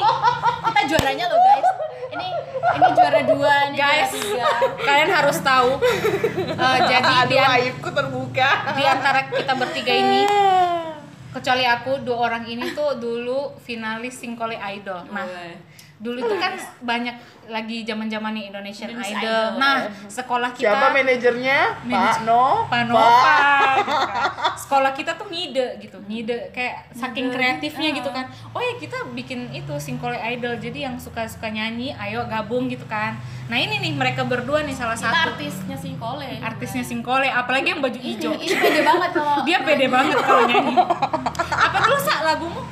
kita juaranya loh guys ini ini juara dua ini Guys. juara tiga kalian harus tahu Eh, jadi di, Aduh an- aibku terbuka. di antara kita bertiga ini Oh, iya. kecuali aku dua orang ini tuh dulu finalis singkole idol nah dulu itu kan banyak lagi zaman zamannya Indonesian Indonesian Idol. Idol. Nah, sekolah kita Siapa manajernya? Pak Manajer- No. Panova Pak. gitu kan. Sekolah kita tuh ngide gitu, ngide kayak saking Ngide, kreatifnya ah. gitu kan. Oh ya kita bikin itu singkole idol. Jadi yang suka-suka nyanyi ayo gabung gitu kan. Nah, ini nih mereka berdua nih salah Kita satu artisnya Singkole. artisnya singkole apalagi yang baju hijau. Ini pede banget kalau Dia pede banget kalau nyanyi. Apa dulu sak lagumu?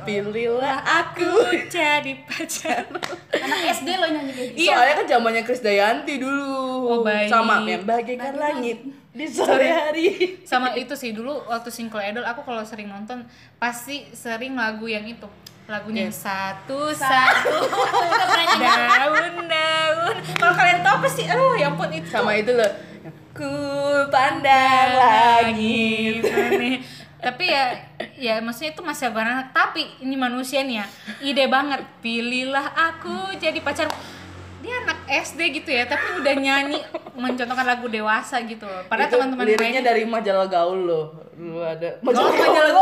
Pilihlah aku. Aku jadi pacar. anak SD lo nyanyi kayak gitu. Iya. Soalnya kan zamannya Krisdayanti dulu. Oh, baik. Sama yang bagaikan Bagaikan langit di sore hari. Sama itu sih dulu waktu singkole idol aku kalau sering nonton pasti sering lagu yang itu. Lagunya yang satu satu daun-daun. Kalau kalian tahu pasti aduh ya ampun itu. Sama itu loh. Ku pandang lagi. Aneh. tapi ya ya maksudnya itu masih abang tapi ini manusia nih ya ide banget pilihlah aku jadi pacar dia anak SD gitu ya tapi udah nyanyi mencontohkan lagu dewasa gitu loh padahal Itu teman-teman Oh, liriknya lain- dari majalah gaul loh. Dulu ada Kalau majalah gaul. majalah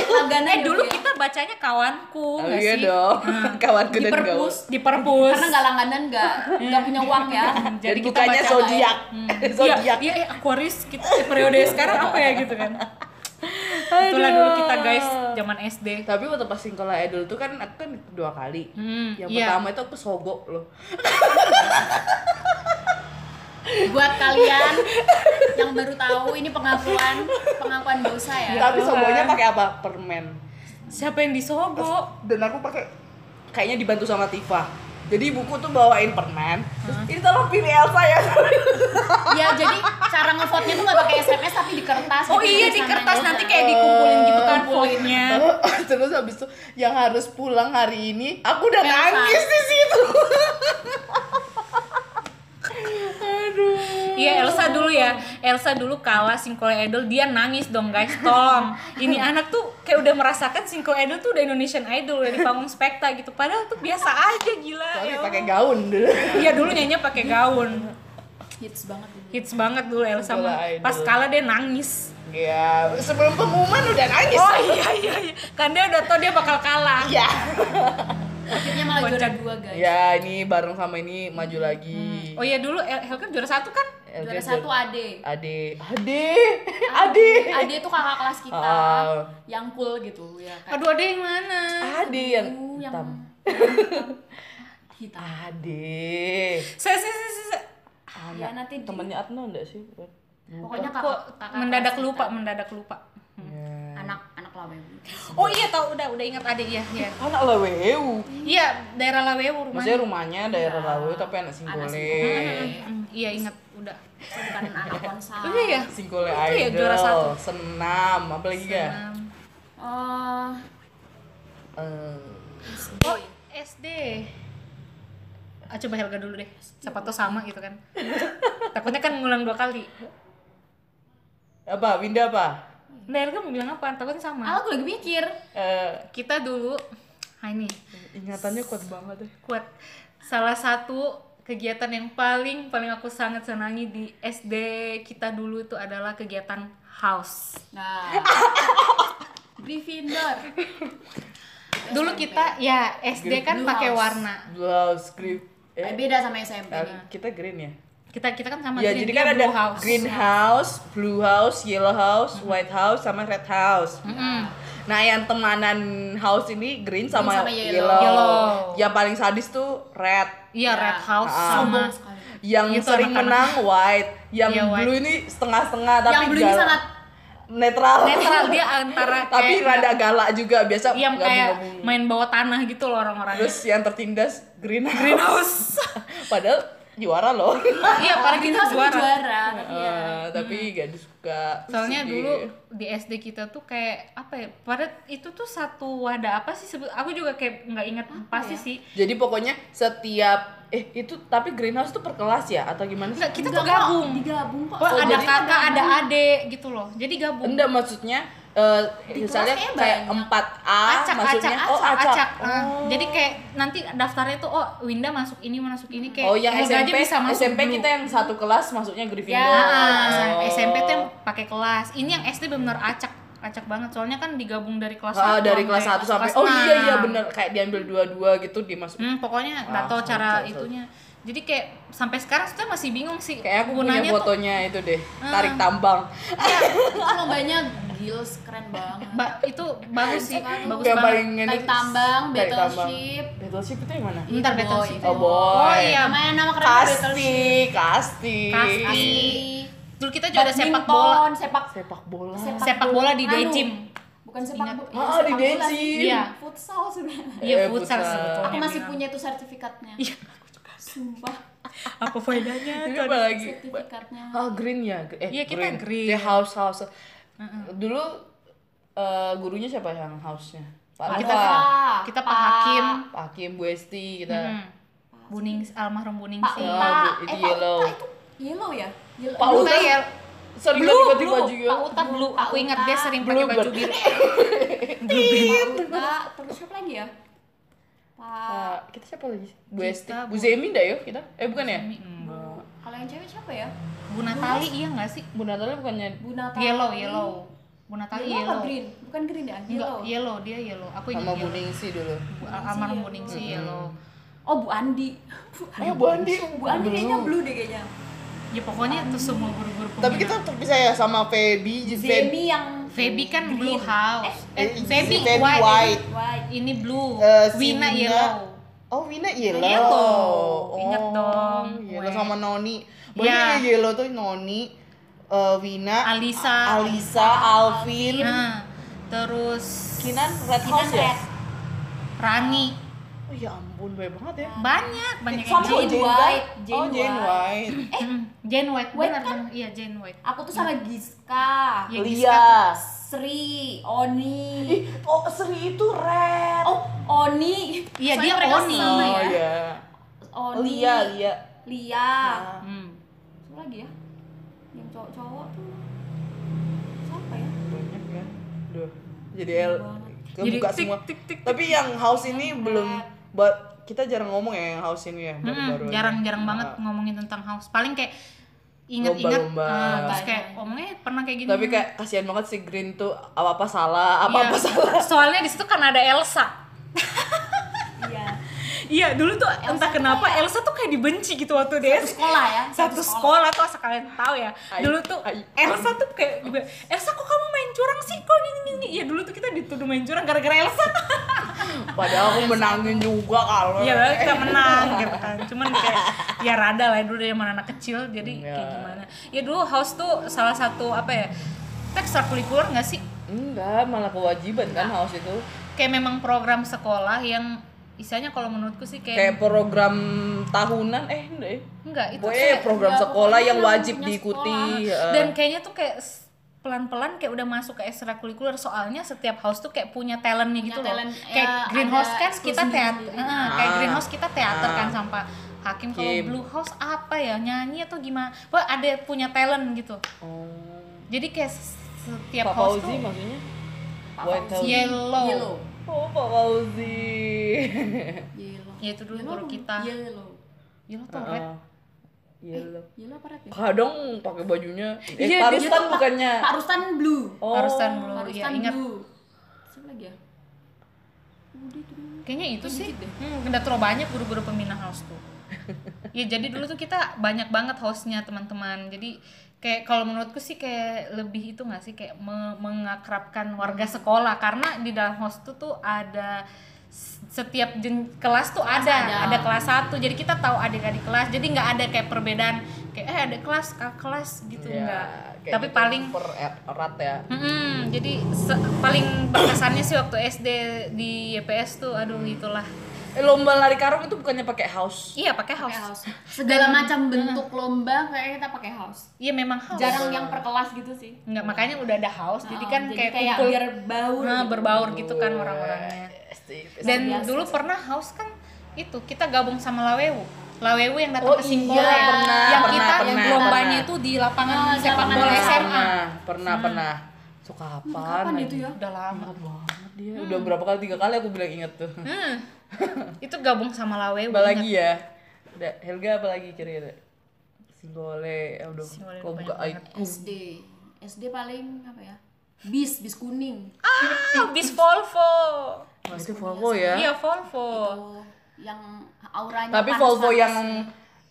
gue langganan eh ya, dulu Bu, ya. kita bacanya kawanku Oh, nggak iya sih Nah, dong. Kawanku di dan gaul. perpus di perpus karena nggak langganan nggak Hmm. nggak punya uang ya. jadi Jadi kita bukannya baca zodiak. Iya, Zodiak. iya, eh, Aquarius kita eh, periode sekarang apa ya gitu kan. Itulah dulu kita guys zaman SD. Tapi waktu pas Singkola Idol tuh kan aku kan dua kali. Hmm, Yang iya. pertama itu aku sogok loh. Buat kalian yang baru tahu ini pengakuan pengakuan dosa ya. Tapi Tuhan. sogoknya pakai apa? Permen. Siapa yang disogok? dan aku pakai kayaknya dibantu sama Tifa jadi ibuku tuh bawain permen terus Hmm. ini tolong pilih Elsa ya Iya jadi cara ngevote-nya tuh nggak pakai SMS tapi di kertas. Oh gitu, iya di tulisannya kertas dosa. nanti kayak dikumpulin gitu kan vote-nya. terus habis itu yang harus pulang hari ini aku udah Elsa. nangis di situ Iya Elsa dulu ya. Elsa dulu kalah Singkole Idol dia nangis dong guys. Tolong. Ini anak tuh kayak udah merasakan Singkole Idol tuh udah Indonesian Idol udah di panggung spekta gitu. Padahal tuh biasa aja gila. tapi ya pakai Allah. gaun dulu Iya dulu nyanyinya pakai gaun. Hits banget dulu. Hits banget dulu Elsa Singkole mah. Idol. Pas kalah dia nangis. ya sebelum pengumuman udah nangis Oh iya iya iya. Kan dia udah tau dia bakal kalah. ya Akhirnya malah juara Loncat. dua guys. ya ini bareng sama ini maju lagi Oh iya dulu El- Helga juara satu kan? eh, Juara satu Ade. Ade Ade Ade Ade tuh kakak kelas kita Ah. yang cool gitu ya kan. Aduh ada yang mana? Ade yang Aduh, yang hitam hitam. Ade Saya saya saya- saya- saya- Ya nanti di- temennya Atno enggak sih pokoknya kakak, kok kakak mendadak kelas lupa, mendadak lupa. Ya. kita. anak anak lawe. Oh iya tahu udah udah ingat adik ya. Iya. anak Lawewu Iya, daerah Lawewu rumahnya. maksudnya rumahnya daerah Lawewu tapi anak Singgole Mm, Iya ingat udah. Saya bukan anak ponsel. Iya ya. Singgole Itu ya, Idol juara satu. senam apalagi ya Um, Eh, Eh, Oh, SD. Ah, coba Helga dulu deh. Siapa tuh sama gitu kan. Takutnya kan ngulang dua kali. apa Winda apa Nah, Helga mau bilang apa? Takutnya sama. ah, aku lagi mikir. Eh, Kita dulu ah, ini ingatannya kuat banget ya. deh kuat salah satu kegiatan yang paling paling aku sangat senangi di SD kita dulu itu adalah kegiatan house. Nah. Gryffindor. Dulu kita ya SD kan Blue pakai house. warna. blouse script Eh, eh beda sama SMP nih. kita green ya Kita kita kan sama ya jadi green, dia kan ada blue house. green house blue house yellow house Mm-hmm. white house sama red house Mm-mm. Nah, yang temanan house ini green sama, sama yellow. yellow. Yellow. Yang paling sadis tuh red. Iya Ya. red house Ah. sama Sombong sekali. Yang Iya, Itu sering menang anak-anak. white. Yang Iya, white. blue ini setengah-setengah tapi Yang bluenya galak. sangat netral. netral dia antara tapi kayak- rada galak juga biasa yang kayak gabung-gabung. main bawah tanah gitu loh orang-orangnya. Terus yang tertindas green house. Green house. Padahal juara loh. iya, para Kita kita juara. juara. juara. tapi ya. Eh, tapi gak disuka. soalnya Sedih. dulu di SD kita tuh kayak apa ya pada itu tuh satu wadah apa sih sebut aku juga kayak nggak ingat ya? pasti sih Jadi pokoknya setiap eh itu tapi greenhouse tuh per kelas ya atau gimana? sih? Enggak, kita Enggak tuh kok, gabung digabung kok. Wah, Oh, ada jadi kakak ada adik gitu loh jadi gabung Enggak maksudnya eh Di misalnya kelasnya kayak banyak. 4A acak maksudnya acak oh acak, acak. acak. Nah, Oh. jadi kayak nanti daftarnya tuh oh Winda masuk ini masuk ini kayak Oh, yang Helga aja SMP bisa masuk SMP dulu. kita yang satu kelas masuknya Gryffindor. Ah, Oh. SMP tuh yang pakai kelas ini yang SD benar acak acak banget soalnya kan digabung dari kelas Ah, satu dari kelas 1 sampai oh iya iya 6. bener kayak diambil dua-dua gitu dimasuk Hmm, pokoknya nggak Ah, tahu kacau, cara kacau. itunya. Jadi kayak sampai sekarang saya masih bingung sih kayak aku punya gunanya tuh. fotonya itu deh tarik Ah. tambang Terus Iya, lombanya gils keren banget. Ba- itu bagus sih, Kayak bagus yang banget. paling Tarik tambang, tarik tambang. battleship. battleship itu yang mana Bentar Boy. battle sih. Oh, boy. Oh, iya. Namanya nama keren kasti kasti Iya, Kasti. Dulu kita juga ada sepak bola. Badminton, sepak sepak bola Sepak bola di Anu, dejim. Bukan sepak Ingat. bola. Ah, iya, di sepak bola dejim. sih. Iya. Futsal sebenarnya. Iya, Eh, futsal futsal. sebetulnya. Aku masih Mira. punya tuh sertifikatnya. Iya. Sumpah, Apa faedahnya? Ini Tuan? apa lagi sertifikatnya. ah green ya eh Iya, kita green. Dia house house dulu eh, gurunya siapa yang house nya pak Iya. Pak kita- Anwar, Nova, Kita Pak Pak- Hakim, pak Hakim Bu Esti kita hmm. Buning almarhum Buning Pak sih. Uta. Ah, bu- Eh, itu Pak yellow. Uta itu yellow ya? Yellow. Pak Uta ya. sering Blue, tiba-tiba blue. juga Pak Uta blue. Aku ingat dia sering pakai Blue baju bird. biru. Pak, terus siapa lagi ya? Pak, Pak- Eh, kita siapa lagi sih? Bu Esti Kita, Bu Zemi dah yuk kita eh bukan ya Hmm. kalau yang cewek siapa ya? Bu Natali iya nggak sih? Bu Natalia bukannya Bu Natalia. Yellow, yellow. Bu Natali Yellow apa yellow. green? Bukan green ya? Enggak, iya. Yellow. yellow dia yellow. Aku ingat sama Hmm. yellow. Buning sih dulu Bu- Iya. Almarhum Buning sih yellow. Oh, Bu Andi. Bu, eh Bu Andi Bu Andi kayaknya blue deh kayaknya. Ya pokoknya itu semua guru-guru tapi pembina. kita terpisah ya sama Feby Feby Zemi yang Feby kan blue house. Eh, eh, Feby Feby white. white. white. Ini blue. Eh, si Wina. Wina yellow. Oh, Wina yellow. Oh, Yellow. Ingat dong, Yellow gue. sama Noni. Ya. Banyak ya yellow tuh Noni, eh, Wina, Alisa. Alisa, Alvin, Nah, terus Kinan, Red Kinan House ya? red. Rani. Oh ya ampun, banyak banget ya. Banyak, banyak yang Sama Jane. Jane Jane White, White. Oh, Jane Jane White. Mm, Jane White, White benar kan? benar. Iya, Jane White. Aku tuh sama Giska, Ya, Lia. Sri, Oni. Ih, oh, Sri itu red. Oh, Oni. Iya, Soalnya dia mereka Oni. Oh, sama ya. iya. Oni. iya, Lia, Lia. Lia. Hmm. Siapa lagi ya? Yang cowok-cowok tuh. Siapa ya? Banyak ya. Duh. Jadi El Jadi kebuka tik, semua. tik, tik, tik. Tapi yang house ini belum buat kita jarang ngomong ya yang house ini ya baru-baru. Mm, aja. jarang-jarang Nah, banget ngomongin tentang house. Paling kayak inget-inget Lomba-lomba. eh, terus kayak omongnya pernah kayak gini. Tapi kayak kasihan banget si Green tuh apa-apa salah, apa-apa Iya. salah. Soalnya di situ kan ada Elsa. Iya. Iya, dulu tuh entah tuh kenapa Elsa tuh kayak dibenci gitu waktu dia Sekolah ya. satu sekolah tuh asal kalian tahu ya Ai- dulu tuh ai- Elsa tuh kayak juga Elsa kok kamu main curang sih kok gini gini ya dulu tuh kita dituduh main curang gara-gara Elsa Padahal aku menangin juga kalau. iya lah kita menang gitu kan cuman kayak ya rada lah dulu dia mana anak kecil jadi kayak Iya. gimana ya dulu house tuh salah satu apa ya kita ekstrakurikuler nggak sih Enggak, malah kewajiban kan Iya. house itu. kayak memang program sekolah yang istilahnya kalau menurutku sih kayak, Kayak program tahunan eh enggak ya. enggak itu Pokoknya program sekolah yang pokoknya wajib punya diikuti. eh. dan kayaknya tuh kayak s- pelan-pelan kayak udah masuk ke ekstrakurikuler soalnya setiap house tuh kayak punya talentnya gitu loh talent, kayak ya, greenhouse ada kan kita eksklusif teater gitu. eh, kayak Ah. greenhouse kita teater kan Ah. sama hakim kalau Hakim. blue house apa ya nyanyi atau gimana wah ada punya talent gitu Oh. jadi kayak s- setiap Pak house Fauzi tuh maksudnya? Pak White Fauzi. House. yellow. Yellow. Oh, Pak Fauzi. Yellow. Ya, itu dulu Yellow Iya. guru apa? kita. Yellow. yellow Ah. tuh red Yellow. Yellow apa red ya? Iya Kadang pakai bajunya. Eh, Iya, dia Pak Rustan tuh bukannya. Pak Rustan blue. Oh. Arsan blue Pak ya Rustan ingat blue. Siapa lagi ya? Udah itu dulu. kayaknya itu Itu sih dikit deh. hmm, udah terlalu banyak guru-guru pembina house tuh ya jadi dulu tuh kita banyak banget house-nya teman-teman jadi kayak kalau menurutku sih kayak lebih itu nggak sih kayak me- mengakrabkan warga sekolah karena di dalam house tuh tuh ada s- setiap jen- kelas tuh ada ada, ada. kelas satu jadi kita tahu adik-adik kelas jadi nggak ada kayak perbedaan kayak eh ada kelas kak kelas gitu Ya, nggak kayak tapi gitu, paling per erat ya. Mm-mm, jadi se- paling berkesannya sih waktu SD di YPS tuh aduh itulah Eh, lomba lari karung itu bukannya pakai house. Iya pakai house. Pakai house. Segala macam bentuk lomba kayaknya kita pakai house. Iya memang house. Jarang yang per kelas gitu sih. Enggak makanya udah ada house, jadi Oh, kan jadi kayak, kayak kumpul biar baur Nah, gitu. berbaur gitu kan orang-orangnya. Eh, Dan dulu pernah house kan itu kita gabung sama Lawewu. Lawewu yang Oh datang ke iya, Singkong pernah, yang pernah, kita pernah, yang lombanya pernah. itu di lapangan Oh, di sepak lapangan bola bola. SMA. Pernah, pernah, Hmm. pernah. Suka kapan? Kapan lagi? itu ya? Udah lama. Ingat banget dia. Udah berapa kali? Tiga kali aku bilang inget tuh. Hmm. itu gabung sama Lawewu. Apa lagi ya? Udah, Helga apa lagi kira-kira? Singgole, ya udah. Singgole Kok banyak buka aib. SD. SD paling apa ya? bis bis kuning Ah, bis Volvo. Oh, itu Volvo ya. Iya, Volvo. Oh, yang auranya Tapi panas-panas. Volvo yang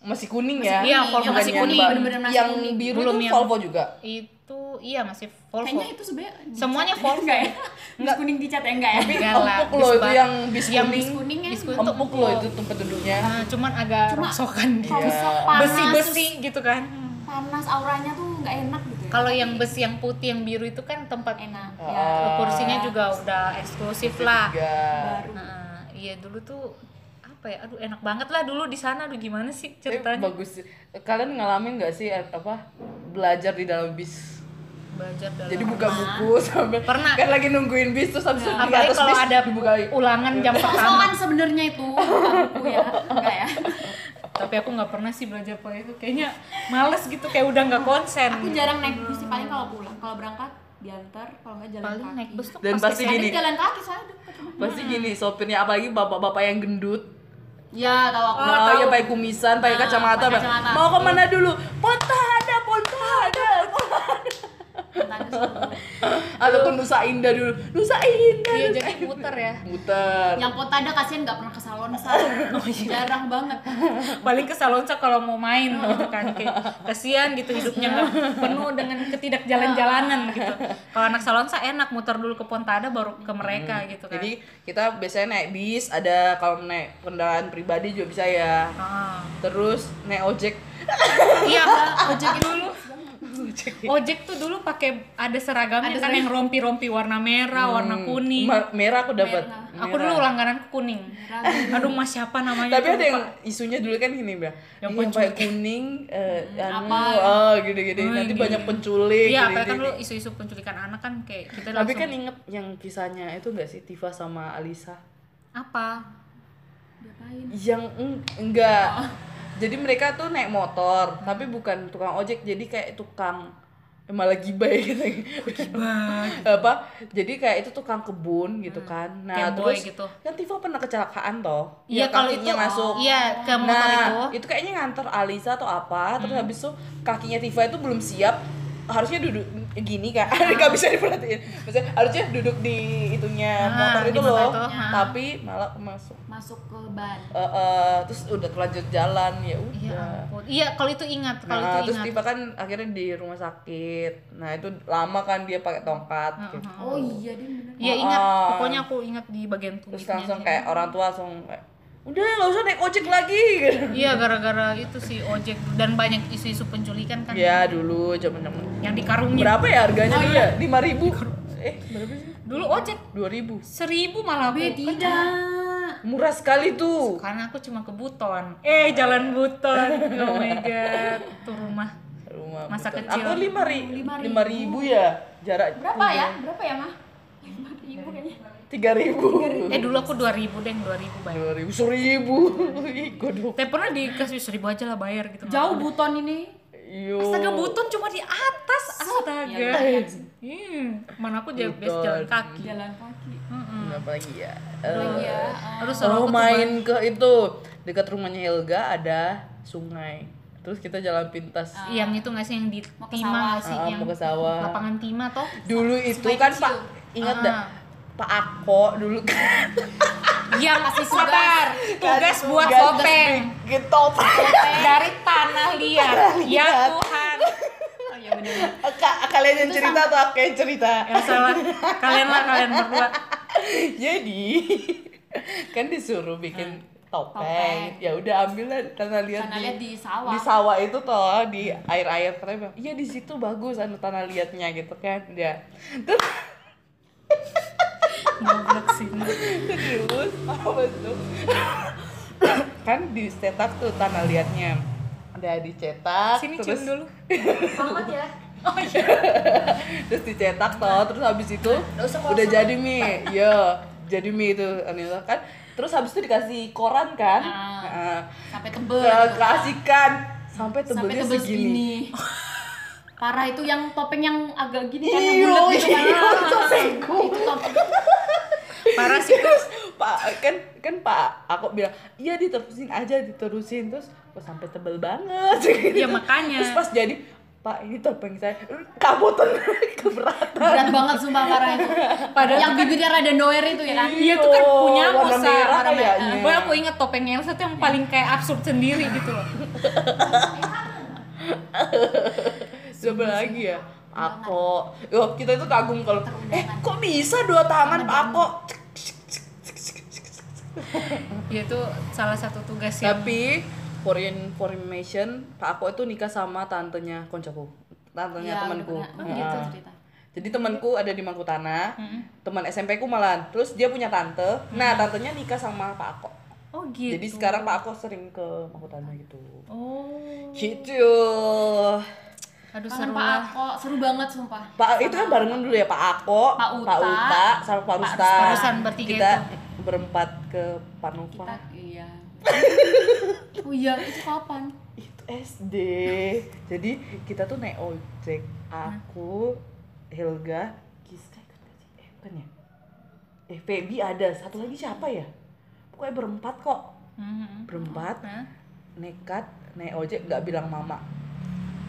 masih kuning ya. Iya, Volvo Bukan masih yang kuning, ba- bener-bener masih yang kuning. biru Belum itu yang- Volvo juga. Itu iya masih Volvo. kayaknya itu sebenarnya dicat Semuanya ya? Volvo. enggak ya bis kuning dicat ya enggak ya Enggak lah, Empuk loh itu bisbat. yang bis Yang kuning. bis kuning ya Bis kuning. Untuk Empuk loh itu tempat duduknya. Nah, cuman agak Cuma- rongsokan Iya. Rongsok, panas, Besi-besi gitu kan. terus panas auranya tuh nggak enak gitu ya Kalau yang besi yang putih yang biru itu kan tempat enak Ah. ya kursinya juga udah eksklusif lah. Tiga. baru Nah, iya dulu tuh apa ya? Aduh, enak banget lah dulu di sana. Aduh, gimana sih Tapi ceritanya? bagus. sih. Kalian ngalamin nggak sih eh, apa belajar di dalam bis? Belajar dalam Jadi buka buku sambil Pernah. kan lagi nungguin bis terus habis itu di apalagi atas kalau bis ada dibuka. ulangan jam pertama. sok-sokan sebenarnya itu bukan buku ya enggak ya Tapi aku nggak pernah sih belajar pola itu. Kayaknya males gitu, kayak udah nggak konsen. aku jarang naik bus sih paling kalau pulang kalau berangkat diantar kalau nggak jalan Paling kaki naik bus tuh Dan pas Hmm. pasti ke- Ini gini. jalan kaki soalnya deket rumah. Pasti gini sopirnya apalagi bapak-bapak yang gendut. ya tahu aku Oh, ya pakai kumisan, pakai Nah, kacamata, pakai Mbak. kacamata. Mau ke mana dulu? Pontahada, Pontahada. Tanya semua. Ataupun Nusa Indah dulu. Nusa Indah. Iya, jadi muter ya. Muter. yang potada kasihan nggak pernah ke salon sal jarang banget paling ke Salonca kalau mau main gitu kan kayak kasihan gitu hidupnya nggak penuh dengan ketidak jalan-jalanan gitu kalau anak Salonca enak muter dulu ke Pontada baru ke mereka gitu kan Hmm, Jadi kita biasanya naik bis, ada kalau naik kendaraan pribadi juga bisa ya. Ah. Terus naik ojek. iya ojek dulu ojek tuh dulu pakai ada seragamnya kan yang rompi-rompi warna merah warna kuning Hmm. Ma- merah aku dapat. aku dulu langgananku kuning aduh mas siapa namanya Tapi ada yang isunya dulu kan gini, Mbak. Yang, yang pakai kuning eh, anu, oh, gini-gini. Nanti banyak penculik. gini-gini. iya apalagi kan dulu isu-isu penculikan anak kan kayak kita gitu. Tapi langsung kan inget yang kisahnya itu enggak sih Tifa sama Alisa? apa ngapain yang eng- Oh. enggak jadi mereka tuh naik motor tapi bukan tukang ojek jadi kayak tukang eh, malah gibay gitu apa jadi kayak itu tukang kebun gitu kan nah Cowboy terus Hmm. gitu. kan Tifa pernah kecelakaan toh Iya Ya, kalau itu kakinya masuk Iya ke motor nah itu. Hmm. itu. kayaknya nganter Alisa atau apa terus habis itu kakinya Tifa itu belum siap harusnya duduk gini kan Ah. nggak bisa diperhatiin maksudnya harusnya duduk di itunya Ah, motor di itu motor loh itu, ah. tapi malah masuk masuk ke ban Eh, eh, terus udah terlanjut jalan ya Iya udah ampun. Iya kalau itu ingat nah, kalau itu terus ingat. tiba kan akhirnya di rumah sakit nah itu lama kan dia pakai tongkat gitu oh iya dia bener Iya ingat. Ah. Pokoknya aku ingat di bagian terus tubuhnya. langsung kayak orang tua langsung kayak udah nggak usah naik ojek lagi gitu. Iya gara-gara itu sih ojek dan banyak isu-isu penculikan kan. ya dulu zaman zaman Yang dikarungin. berapa ya harganya dulu ya lima ribu eh berapa sih Dulu ojek dua ribu seribu malah Be, bu. tidak murah sekali tuh Karena aku cuma ke Buton. Eh jalan Buton. Oh my god. Tuh rumah. rumah Masa Buton. kecil. aku lima ribu lima ribu ya jarak berapa ya berapa ya mah lima ribu kayaknya tiga ribu Eh dulu aku 2000 deh, 2000 bayar. dua ribu seribu Ih, godok Tapi pernah dikasih 1000 aja lah bayar gitu. jauh Oh, buton ini Yo. Astaga butun cuma di atas Iya, astaga. lumayan Hmm, mana aku jalan biasa Buton. jalan kaki. jalan kaki Apa lagi ya? oh iya Terus Eh, orang oh, main ke itu dekat rumahnya Helga ada sungai. Terus kita jalan pintas. Ah. yang itu nggak sih yang di Mau ke timah nggak sih Ah, yang mau ke sawah. lapangan timah toh? Dulu itu sungai kan kecil. Pak ingat Ah. dah Pak Ako dulu kan Yang kasih sabar tugas buat tugas topeng bikin topeng. dari tanah liat. Ya liat. Tuhan. oh iya bener Ka- kalian yang cerita atau aku yang cerita? Elsa lah, kalian lah kalian berdua. Jadi kan disuruh bikin topeng. Ah. Topeng. Ya udah ambillah tanah liat Tanah liat di sawah. Di sawah itu toh di air-air katanya bilang, "Iya di situ bagus anu tanah liatnya gitu kan." Dia. Terus Goblok sih. Serius? Apa tuh? kan dicetak tuh tanah liatnya udah dicetak Sini cium terus dulu. selamat ya terus dicetak toh terus habis itu udah jadi mie iya jadi mie itu Anissa kan terus habis itu dikasih koran kan Ah. sampai tebel Heeh. gitu. keasikan sampai sampai tebelnya tebel segini segini parah itu yang topeng yang agak gini kan yang Iya, bulat gitu kan iya, itu topeng Parah sih terus pak kan kan pak aku bilang iya diterusin aja diterusin terus kok sampai tebel banget Gitu. Iya, makanya. terus pas jadi Pak ini topeng saya kabotan keberatan berat banget sumpah parah itu Padahal yang bibirnya rada noer itu ya kan Iya itu kan punya aku Oh, warna Sa. merah Warna merah. kayaknya. Pokoknya aku inget topengnya Elsa tuh yang paling kayak absurd sendiri gitu loh. coba Iya, lagi ya Ako, Yo, kita itu kagum kalau eh kok bisa dua tangan Pak Ako Ya itu salah satu tugas yang tapi for your information Pak Ako itu nikah sama tantenya koncoku tantenya Iya, temanku udah pernah. Oh, gitu Heeh. cerita. jadi temanku ada di Mangkutana teman SMP ku malahan terus dia punya tante nah tantenya nikah sama Pak Ako Oh gitu. jadi sekarang Pak Ako sering ke Mangkutana gitu Oh. gitu Aduh seru Kangen Pak lah. Ako, seru banget sumpah. Pak itu kan barengan dulu ya Pak Ako, Pak Uta, Uta, sama Pak Rusta. Rusan bertiga Kita berempat ke Panova. Kita iya. oh iya, itu kapan? Itu SD. Jadi kita tuh naik ojek. Aku, Helga, Giska ikut gak sih? Eh bukan ya? Eh Feby ada. Satu lagi siapa ya? Pokoknya berempat kok. Mhm. Berempat. Nah, Nekat naik ojek nggak bilang mama.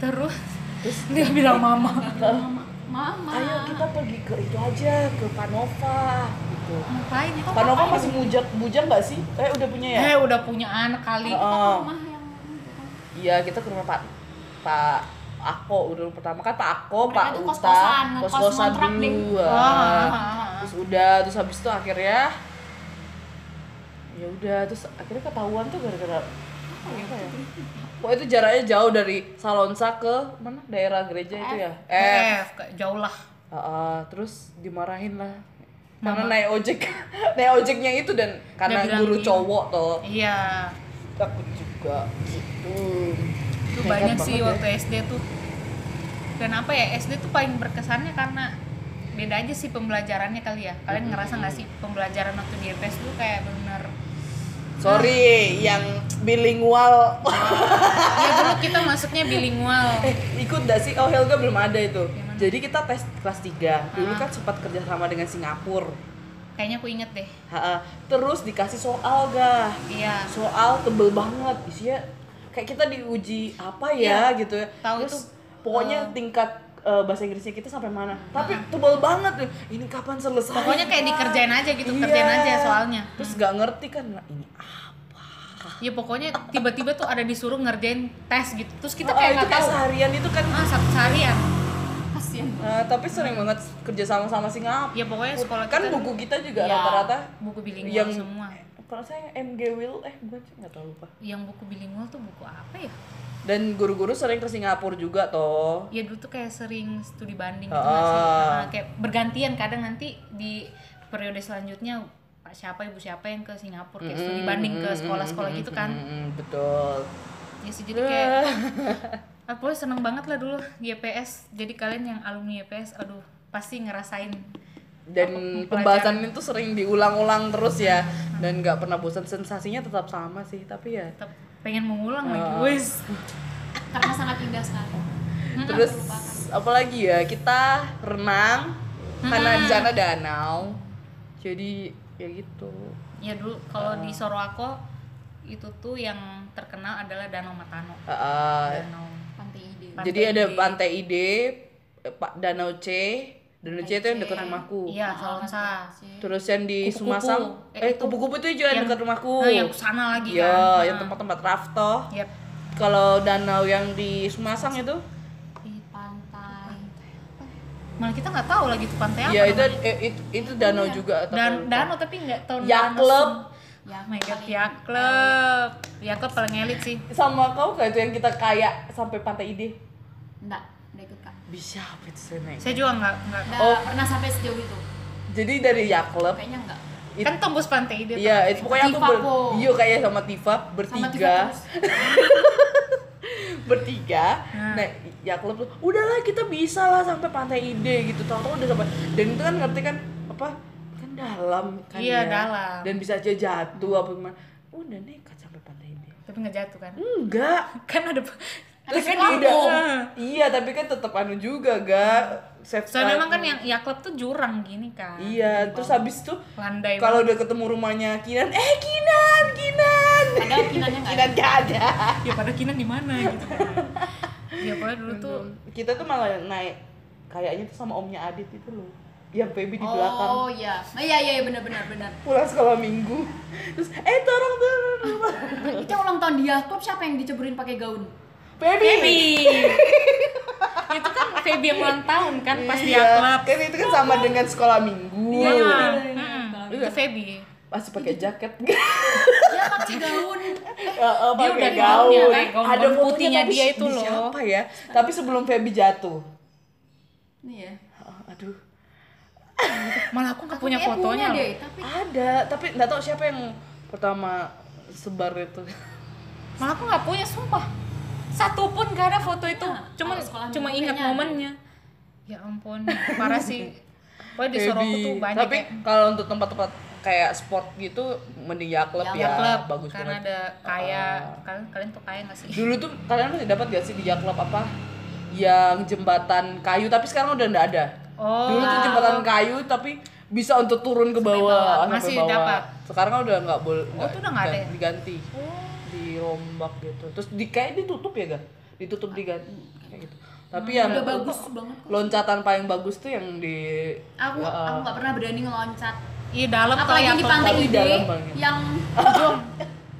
Terus Terus dia bilang mama. Mama. Mama. ayo kita pergi ke itu aja ke Panova gitu. Ngapain? Kok Panova masih bujang bujang nggak sih? Eh udah punya ya? Oh, Eh udah punya anak kali. Heeh. rumah yang itu kan. Iya kita ke rumah Pak Pak Ako udah pertama kan Pak Ako, Mereka Pak tuh Uta, kos-kosan, ngekos kos-kosan ngontrak, Ding. dulu. Ah, ah. ah, ah, ah. Terus udah, terus habis itu akhirnya ya udah terus akhirnya ketahuan tuh gara-gara apa ya? Wah itu jaraknya jauh dari Salonsa ke mana daerah gereja itu ya? Eh, Eh, kayak jauh lah. ah, ah. terus dimarahin lah karena naik ojek naik ojeknya itu dan karena bilang guru iya. cowok tuh Iya. takut juga gitu itu Nekat banyak banget sih ya. waktu SD tuh dan apa ya SD tuh paling berkesannya karena beda aja sih pembelajarannya kali ya kalian ngerasa nggak sih pembelajaran waktu di IPS tuh kayak bener Sorry, yang bilingual. ya dulu kita masuknya bilingual eh, ikut gak sih? Oh, Helga belum ada itu. Jadi kita tes kelas 3. Ah. Dulu kan sempat kerjasama dengan Singapura. kayaknya aku inget deh Ha-ha. Terus dikasih soal, gah. iya Soal tebel banget. Isinya kayak kita diuji apa ya gitu ya. Iya. Tahu Ah. Terus itu, pokoknya tingkat eh, bahasa Inggrisnya kita sampai mana. Tapi tebel banget. tuh. Ini kapan selesai? Ah. pokoknya kayak dikerjain aja gitu Iya. kerjain aja soalnya Terus gak ngerti kan nah, ini apa? ya pokoknya tiba-tiba tuh ada disuruh ngerjain tes gitu terus kita Oh, kayak itu nggak kayak tahu seharian itu kan ah satu seharian Kasihan. Nah, tapi sering banget kerja sama sama Singapura. ya pokoknya sekolah kan kita buku kita juga Iya. rata-rata buku bilingual yang- semua kalau saya MG Will eh bukan sih, nggak tahu lupa. yang buku bilingual tuh buku apa ya Dan guru-guru sering ke Singapura juga toh. ya dulu tuh kayak sering studi banding gitu Ah. nggak sih? Nah, kayak bergantian kadang nanti di periode selanjutnya pak siapa ibu siapa yang ke Singapura kayak studi banding ke sekolah-sekolah gitu kan Mm, betul. ya sih jadi kayak aku seneng banget lah dulu di YPS jadi kalian yang alumni YPS aduh pasti ngerasain Dan pembahasan itu sering diulang-ulang terus ya dan nggak pernah bosan sensasinya tetap sama sih tapi ya tetap pengen mengulang Ah. lagi wes Karena sangat indah sekali. terus apalagi ya kita renang karena di sana danau jadi ya gitu ya dulu Ah. kalau di Sorowako itu tuh yang terkenal adalah Danau Matano Ah, ah. Danau Pantai ide. Pantai Jadi ada Ide. pantai ide, eh, Pak Danau C, Danau C itu yang dekat rumahku. iya Salonsa Terus yang di Kupu-kupu. Sumasang, Eh, eh itu. kupu-kupu itu juga yang dekat rumahku. nah, yang sana lagi Oh. Iya, kan yang tempat-tempat raft toh. Yap. Kalau danau yang di Sumasang itu, Di pantai. Malah kita nggak tahu lagi tuh pantai apa. ya itu, namanya. Iya. eh, itu itu danau juga tapi dan lupa. danau tapi nggak tahu. Ya, nama klub. semua. Ya, Oh my god, ya klub. Ya klub paling elit sih. sama kau gak itu yang kita kayak sampai pantai ide? Enggak, enggak ikut Kak. Bisa apa itu saya naik? Saya juga nggak nggak. Enggak Oh. pernah sampai sejauh itu. Jadi dari Yaklep, Kayaknya enggak. It- Kan tembus pantai dia. iya itu pokoknya aku Tifa, ber, Po. iya kayak sama Tifa Sama Tifa bertiga. terus. bertiga nah ya klub tuh udahlah kita bisa lah sampai pantai ide gitu tau tau udah sampai dan itu kan ngerti kan apa kan dalam kan Iya, ya. dalam. dan bisa aja jatuh apa gimana udah nekat sampai pantai ide Tapi nggak jatuh kan? enggak Kan ada. terus kan kan di udah iya tapi kan tetap anu juga gak safe Soalnya memang kan yang ya klub tuh jurang gini kan. iya terus habis tuh Landai. kalau udah ketemu rumahnya Kinan eh Kinan Kinan Padahal kinannya enggak. Kinan gak ada banget. ya pada kinan di mana gitu. kan. ya pokoknya dulu tuh kita tuh malah naik kayaknya tuh sama omnya Adit itu loh yang baby di belakang Oh iya. Nah, iya iya iya, benar benar benar. pulang sekolah minggu terus eh tolong tolong tolong." Itu yang ulang tahun di Yakob siapa yang diceburin pakai gaun? baby, Feby itu kan Feby yang ulang tahun kan pas di Iya, club kan itu kan sama dengan sekolah minggu Iya, Iya, mm, iya, iya. itu Feby masih pakai jaket Dia pakai gaun. Heeh, Dia pakai udah gaun ya, kayak gaun ada warna fotonya, putihnya tapi dia si- itu di loh. siapa ya tapi sebelum Feby jatuh Iya. Heeh, aduh malah aku nggak punya Kayaknya fotonya deh, loh tapi ada tapi nggak tahu siapa yang pertama sebar itu malah aku nggak punya sumpah satu pun gak ada foto itu Iya, cuman kalau sekolah cuma minggu ingat kayaknya ada. momennya ya ampun parah sih pokoknya di Soroko Feby. tuh banyak tapi ya. kalau untuk tempat-tempat kayak sport gitu mending yaklep Yaklep, ya, bagus banget karena Ah. ada kaya kalian kalian tuh kaya nggak sih dulu tuh kalian masih dapat gak sih di yaklep apa yang jembatan kayu tapi sekarang udah nggak ada oh dulu tuh jembatan kayu tapi bisa untuk turun ke bawah, bawah. Masih bawah. dapat. sekarang udah nggak boleh Oh, itu udah nggak ada ya? diganti dirombak gitu terus di kayak ditutup ya gak ditutup diganti kayak gitu tapi Hmm, yang udah bagus banget. loncatan paling bagus tuh yang di Aku aku nggak pernah berani ngeloncat. iya dalam tuh Apalagi yang di pantai Tapi ide dalam banget. yang ujung,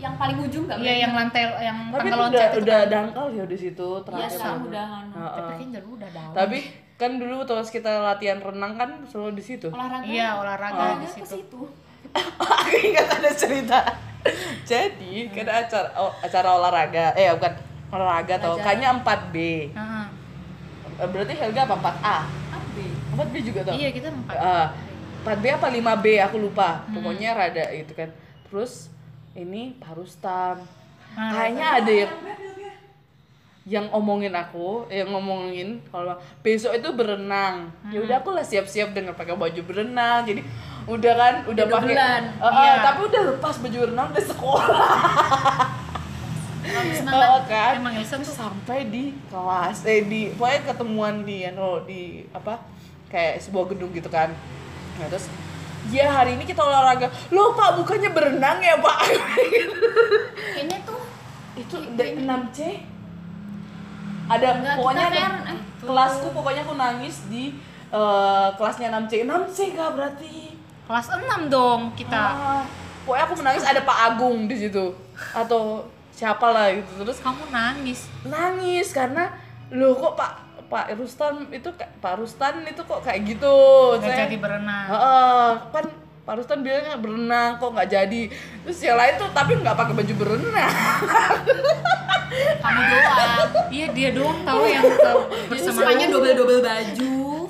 yang paling ujung nggak iya berani. yang lantai yang tapi tangga itu loncat udah, itu udah dangkal ya di situ Iya, terakhir sekarang udah Heeh. tapi kayaknya dulu udah dalam tapi kan dulu terus kita latihan renang kan selalu di situ olahraga. iya olahraga Ah. di ke situ situ. aku ingat ada cerita jadi karena acara oh, acara olahraga eh bukan olahraga tau kayaknya 4B Heeh. berarti Helga apa 4A Tapi 4B juga tau iya kita empat Ah, 4B apa 5B aku lupa pokoknya rada gitu kan terus ini parustam kayaknya ada yang yang omongin aku yang ngomongin kalau besok itu berenang ya udah aku lah siap-siap dengan pakai baju berenang jadi udah kan udah pakai dodolan, Eh, eh, iya. tapi udah lepas baju berenang udah sekolah habis makan Eh, kan emang ya, Ilsa tuh sampai di kelas eh di pokoknya ketemuan di anu di apa kayak sebuah gedung gitu kan nah, terus ya hari ini kita olahraga loh pak bukannya berenang ya pak kayaknya tuh itu dari 6 C ada Enggak, pokoknya kita ada- PR, eh. kelasku pokoknya aku nangis di eh, kelasnya 6 C 6 C kak berarti kelas 6 dong kita Ah, pokoknya aku menangis ada Pak Agung di situ atau siapa lah gitu terus kamu nangis nangis karena loh kok Pak Pak Rustan itu kayak- Pak Rustan itu kok kayak gitu nggak Saya- jadi berenang Heeh, kan Pak Rustan bilangnya berenang kok nggak jadi terus yang lain tuh tapi nggak pakai baju berenang kamu doang. iya dia doang tahu yang tahu bersama Semuanya dobel-dobel baju.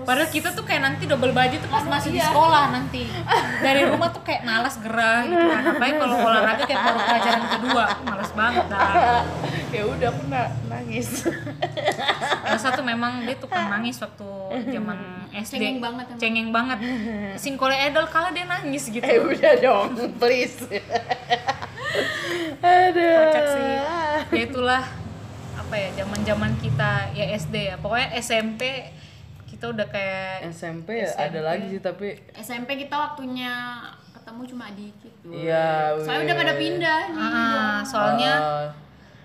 Padahal kita tuh kayak nanti double baju tuh pas Aduh, masih di iya. sekolah nanti. Dari rumah tuh kayak malas gerah gitu kan. Apalagi kalau olahraga kayak baru pelajaran kedua, aku malas banget dah. ya udah aku na- nangis Elsa tuh memang dia tukang nangis waktu zaman SD. Cengeng banget emang. Cengeng banget. Singkole Edel kala dia nangis gitu. eh udah dong please aduh Kocak sih. Ya itulah apa ya zaman-zaman kita ya SD ya. Pokoknya SMP kita udah kayak SMP, ya ada lagi sih tapi SMP kita waktunya ketemu cuma dikit doang. Iya, Soalnya weh. udah pada pindah nih. ah, soalnya eh,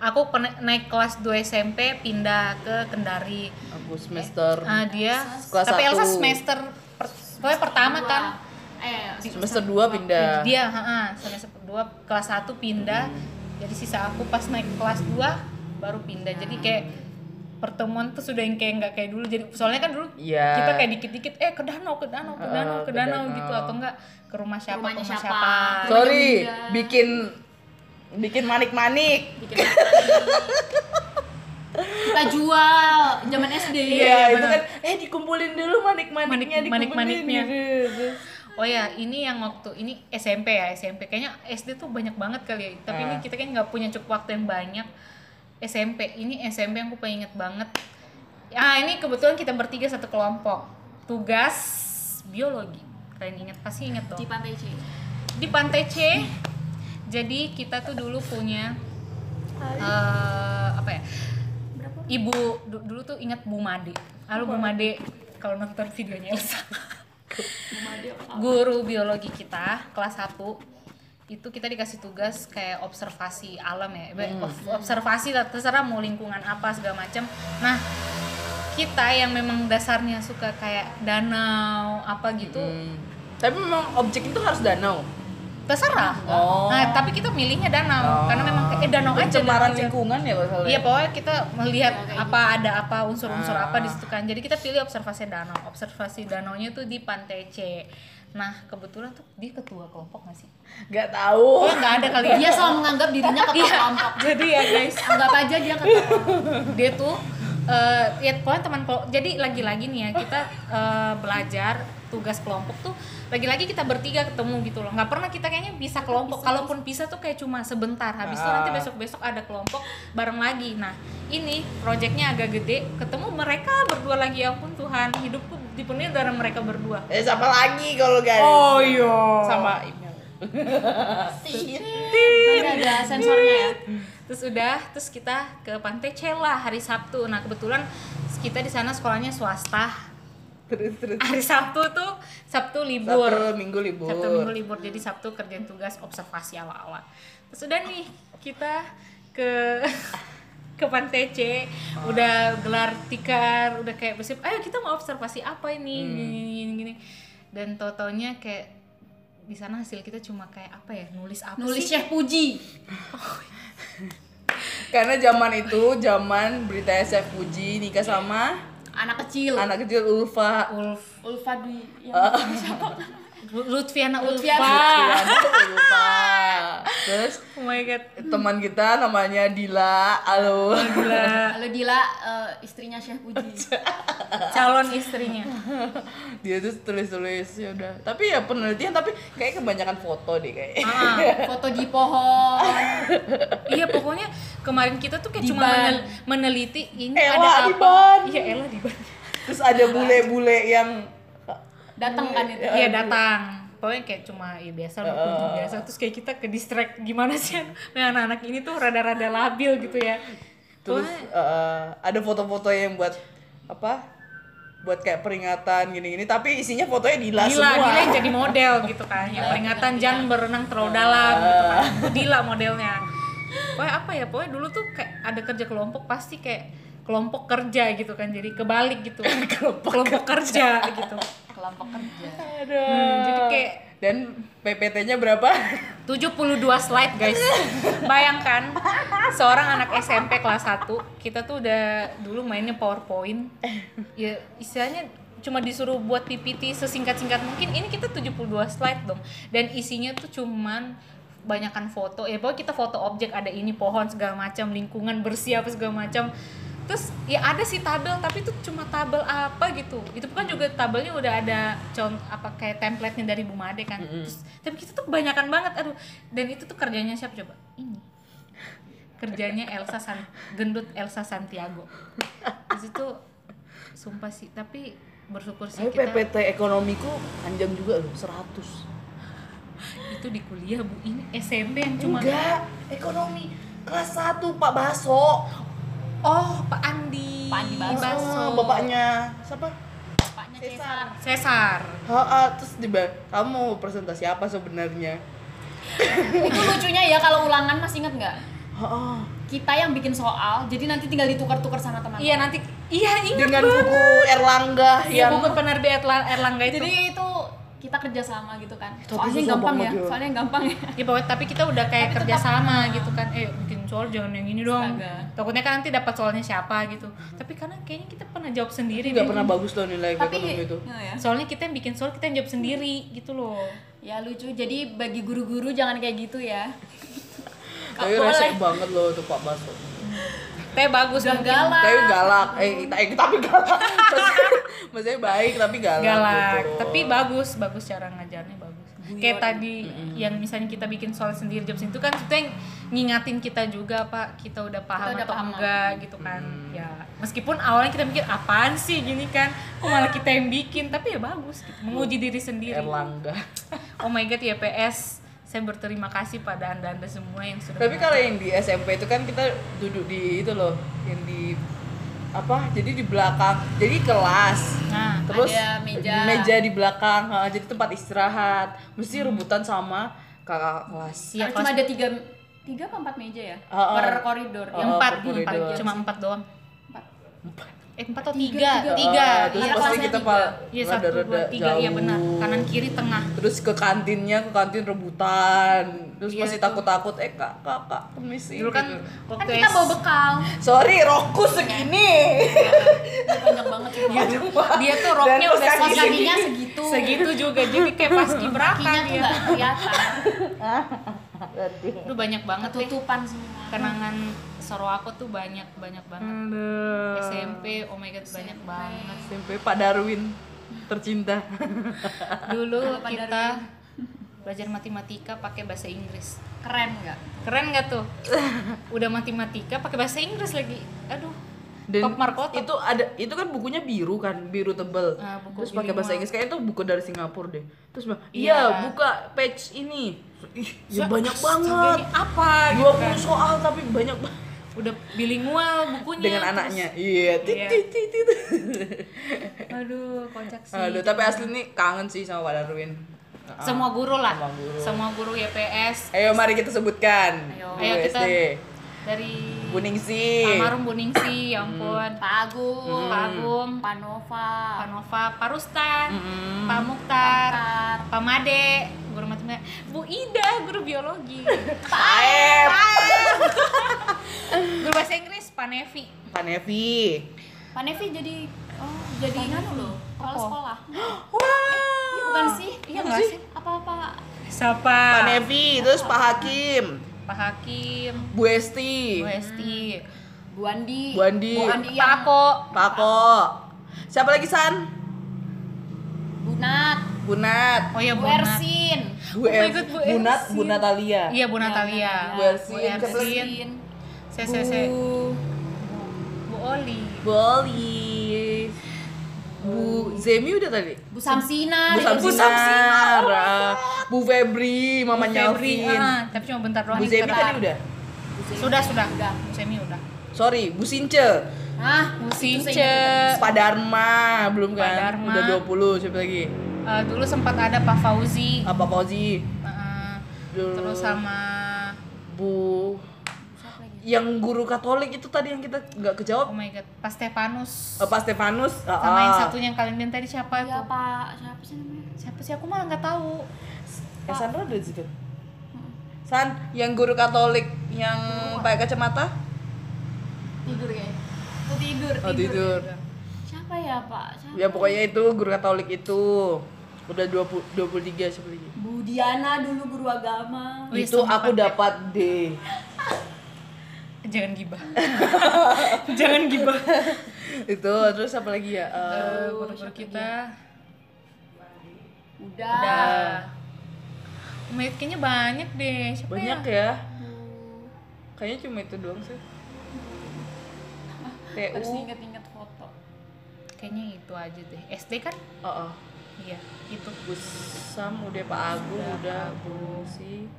aku pernah naik kelas 2 SMP pindah ke Kendari. aku semester Ah dia Kelas tapi Elsa satu. semester per, pokoknya pertama kan Eh, semester 2 pindah dia heeh, semester 2 kelas 1 pindah Hmm. jadi sisa aku pas naik kelas 2 baru pindah jadi kayak pertemuan tuh sudah yang kayak nggak kayak dulu jadi soalnya kan dulu Iya. kita kayak dikit-dikit eh ke danau ke danau ke Heeh, danau ke ke danau danau. gitu atau enggak ke rumah siapa rumahnya ke rumah siapa. siapa, Iya. sorry Pindah. bikin bikin manik-manik bikin apa nih? kita jual zaman SD. Iya, itu kan eh dikumpulin dulu manik-maniknya, Manik- dikumpulin manik-maniknya. gitu. Oh ya, ini yang waktu ini SMP ya SMP. Kayaknya SD tuh banyak banget kali ya. Tapi ini Ah. kita kan nggak punya cukup waktu yang banyak. SMP ini SMP yang aku paling inget banget. Ah ini kebetulan kita bertiga satu kelompok. Tugas biologi. Kalian ingat pasti inget Di dong. Pantai C. Di Pantai C. Jadi kita tuh dulu punya eh apa ya? Berapa? Ibu du- dulu tuh ingat Bu Made. Halo Bu Made kalau nonton videonya Elsa Rumah dia. guru biologi kita kelas 1 itu kita dikasih tugas kayak observasi alam ya eh, ob- observasi lah terserah mau lingkungan apa segala macam nah kita yang memang dasarnya suka kayak danau apa gitu Hmm. Tapi memang objek itu harus danau. terserah Oh. nah tapi kita milihnya danau karena memang kayak eh, danau aja Pencemaran danau aja. lingkungan ya kalau salah. Iya pokoknya kita melihat apa ada apa unsur-unsur Ah. apa di situ kan. Jadi kita pilih observasi danau. Observasi danaunya tuh di Pantai C. Nah kebetulan tuh dia ketua kelompok gak sih? Gak tahu. Oh nggak ada kali ya. Dia selalu menganggap dirinya ketua kelompok. Jadi ya guys, Anggap aja dia ketua kelompok. dia tuh eh ya pokoknya teman kelompok. Jadi lagi-lagi nih ya kita eh, belajar tugas kelompok tuh lagi-lagi kita bertiga ketemu gitu loh nggak pernah kita kayaknya bisa kelompok kalaupun bisa tuh kayak cuma sebentar habis itu Ah. nanti besok-besok ada kelompok bareng lagi nah ini proyeknya agak gede ketemu mereka berdua lagi ya ampun Tuhan hidupku dipenuhi dari mereka berdua Eh siapa lagi kalau gak ada? iya Sama email. Tapi ada sensornya ya. terus udah terus kita ke pantai Cela hari Sabtu nah kebetulan kita di sana sekolahnya swasta Terus terus. hari Sabtu tuh Sabtu libur Sabtu minggu libur. Sabtu minggu libur jadi Sabtu kerjaan tugas observasi awal-awal terus udah nih kita ke ke Pantai C udah gelar tikar udah kayak bersih ayo kita mau observasi apa ini Hmm. gini, gini, gini, gini. dan totalnya kayak di sana hasil kita cuma kayak apa ya nulis apa Nulis sih Syekh Puji. Karena zaman itu zaman berita SF Fuji nikah sama Anak Iya. kecil. Iya. anak kecil Ulfa. Ulf Ulfa Dwi. Yang Lutfiana Lutfiana. Ulfa Ulfa. Terus oh my god teman kita namanya Dila. Halo. gila Lalu Dila eh, istrinya Syekh Puji. calon istrinya Dia tuh tulis-tulis ya udah. Tapi ya penelitian tapi kayak kebanyakan foto deh kayak. ah. Foto di pohon. iya pokoknya kemarin kita tuh kayak cuma Diban. menel- meneliti ini Ella ada apa Diban. iya Ella di ban Terus ada bule-bule yang Datang kan Ya itu. iya datang pokoknya kayak cuma ya biasa lah kunjung biasa terus kayak kita ke distract gimana sih nah anak-anak ini tuh rada-rada labil gitu ya terus eh, ada foto-foto yang buat apa? Buat kayak peringatan gini-gini tapi isinya fotonya Dila Dila, semua. Dila yang jadi model gitu kan ya peringatan jangan berenang terlalu dalam gitu kan Itu Dila modelnya pokoknya apa ya pokoknya dulu tuh kayak ada kerja kelompok pasti kayak kelompok kerja gitu kan jadi kebalik gitu kelompok, kerja gitu Kelompok kerja. Aduh. Hmm, jadi kayak Dan PPT-nya berapa? 72 slide guys Bayangkan seorang anak SMP kelas 1 Kita tuh udah dulu mainnya powerpoint Ya istilahnya cuma disuruh buat PPT sesingkat-singkat mungkin Ini kita 72 slide dong Dan isinya tuh cuman banyakkan foto Ya pokoknya kita foto objek ada ini pohon segala macam Lingkungan bersih apa segala macam Terus ya ada sih tabel tapi itu cuma tabel apa gitu Itu kan juga tabelnya udah ada contoh apa kayak template-nya dari Bu Made kan Terus, Tapi kita tuh kebanyakan banget aduh Dan itu tuh kerjanya siapa coba? Ini kerjanya Elsa San gendut Elsa Santiago di situ sumpah sih tapi bersyukur sih Tapi kita PPT ekonomiku panjang juga loh, 100. itu di kuliah bu ini SMP yang cuma Enggak, ekonomi kelas 1 Pak Baso. oh Pak Andi Pak Andi Baso. Ah, bapaknya siapa? Bapaknya Cesar. Cesar Ha, ah, terus tiba kamu mau presentasi apa sebenarnya? Itu lucunya ya kalau ulangan masih inget nggak? Ha, ah. Kita yang bikin soal, jadi nanti tinggal ditukar-tukar sama teman. iya nanti iya ingat Dengan buku Erlangga Iya, ya yang buku penerbit Erla- Erlangga itu Jadi itu kita kerja sama gitu kan. Tapi Soalnya susah gampang banget ya. ya. Soalnya gampang ya. Ya pokoknya tapi kita udah kayak Tapi kerja tetap- sama gitu kan. Eh bikin soal jangan yang ini dong. Astaga. Takutnya kan nanti dapat soalnya siapa gitu. Tapi karena kayaknya kita pernah jawab sendiri nggak deh. pernah bagus loh nilai Tapi ekonomi itu. ya, ya. Soalnya kita yang bikin soal kita yang jawab sendiri gitu loh. Ya, lucu. Jadi bagi guru-guru jangan kayak gitu ya. Tapi boleh. rese banget loh tuh Pak Baso. Tapi bagus Udah mungkin. galak. Tapi galak, eh, kita- eh, tapi galak. Maksudnya, maksudnya baik tapi galak. galak gitu. tapi bagus bagus cara ngajarnya bagus kayak tadi yang misalnya kita bikin soal sendiri jam itu kan kita yang ngingatin kita juga pak kita udah paham Kita udah atau paham. enggak gitu kan ya meskipun awalnya kita mikir apaan sih gini kan kok malah kita yang bikin tapi ya bagus gitu. menguji diri sendiri Erlangga. oh my god ya PS saya berterima kasih pada anda anda semua yang sudah Tapi kalau yang di SMP itu kan kita duduk di itu loh, yang di apa? Jadi di belakang. Jadi kelas. nah Terus Ada meja. meja di belakang. ha, jadi tempat istirahat. Mesti rebutan sama kakak kelas Iya, Karena kelas- cuma ada tiga tiga apa empat meja ya Oh, oh. per koridor Oh, yang empat, per empat. koridor. cuma empat doang. empat Iya. Eh empat atau Tiga, tiga? Tiga, tiga. Ah, terus iya kelasnya pasti kelasnya kita tiga. pak Iya satu, dua, tiga, iya benar. Kanan kiri tengah. terus ke kantinnya ke kantin rebutan terus Iya, masih tuh. takut-takut eh kak kak kak permisi Dulu kan Iya. gitu. kan waktu kita bawa bekal sorry rokku segini Iya, banyak banget cuma dia tuh roknya Dan udah terus segini. kakinya segitu. Segitu juga jadi kayak pas kakinya kibraka tuh dia. nggak kelihatan Aduh banyak banget deh. ketutupan semua Kenangan soro aku tuh banyak banyak banget. Hmm. Aduh. SMP, oh my god banyak banget. SMP Pak Darwin tercinta Dulu Apa kita belajar matematika pakai bahasa Inggris. keren nggak Keren gak tuh? Udah matematika pakai bahasa Inggris lagi. Aduh. top markotop. itu ada itu kan bukunya biru kan biru tebel Ah, buku terus pakai biru bahasa mau. Inggris kayaknya itu buku dari Singapura deh terus bilang Iya. iya buka page ini ih ya banyak banget Ini apa gitu 20 kan. soal tapi banyak banget Udah bilingual bukunya. dengan anaknya iya tit Iya. tit tit tit. Aduh, kocak sih. aduh tapi asli nih kangen sih sama Pak Darwin Semua guru lah. Semua guru. Semua guru YPS ayo mari kita sebutkan Ayo. Guru Ayo kita- SD dari Buning sih Almarhum Buningsi, ya Hmm. ampun. Pak Agung Pak Agung, Panova Pak Nova, Pak Rustan, Mm-mm. Pak Mukhtar, Mukhtar. Pak Made, guru matematika, Bu Ida, guru biologi, Paep guru bahasa Inggris, Pak Nevi. Pak Nevi Pak Nevi jadi oh jadi anu loh kepala Apa? sekolah Wah. Iya, bukan sih iya Bukan nggak sih? sih apa apa Siapa? Pak Nevi, terus Pak Hakim, Pak Hakim, Bu Esti, Bu Esti, Bu Andi Bu Andi. Bu Andi Pak yang Ako, Pak Ko. Siapa lagi San? Bu Nat Bu Nat, oh ya Bu Bu Nat. Ersin Bu Oh my El- God, Bu Bu Nat, Elsin. Bu Natalia. Iya Bu Ya, Natalia, Bu Ersin, siapa lagi? Ersin, se se se, Bu Bu Oli, Bu Oli. Bu Zemi udah tadi. Bu Samsina Bu Iya, Riri. Samsinar. ah. Bu Febri, Mama Bu Febri, Nyalvin. ah, tapi cuma bentar doang. Bu Zemi Bentar. tadi udah. Sudah sudah, Udah. Bu Semi udah. Sorry, Bu Since, ah Bu itu Since, seingat kita. Pak Dharma, belum Eh. Pak kan? Dharma. Udah 20, siapa lagi? eh, dulu sempat ada Pak Fauzi, Apa Fauzi? eh, Dulu. terus sama Bu Siapa lagi? yang guru Katolik itu tadi yang kita nggak oh kejawab my god, Pak Stefanus, eh, Pak Stefanus ah, sama yang ah. satunya yang kalian bilang tadi siapa Ya, tuh? Pak siapa sih namanya Siapa sih aku malah nggak tahu. Eh, San, lo ada di situ Hmm. San yang guru Katolik yang pakai kacamata tidur ya Tuh tidur oh tidur siapa ya Pak siapa ya pokoknya itu guru Katolik itu udah 20 23 siapa lagi Bu Diana dulu guru agama Wih, itu sumpah, aku Kak. dapat D Jangan gibah. Jangan gibah. itu terus apa lagi ya Eh, Eh, Guru-guru kita udah, udah. Oh my God, kayaknya banyak deh. Siapa banyak ya? ya kayaknya cuma itu doang sih Eh, harus TU inget-inget foto Kayaknya itu aja deh. SD kan? oh, oh. Iya, itu. Gus Sam udah Pak Agung udah Bu sih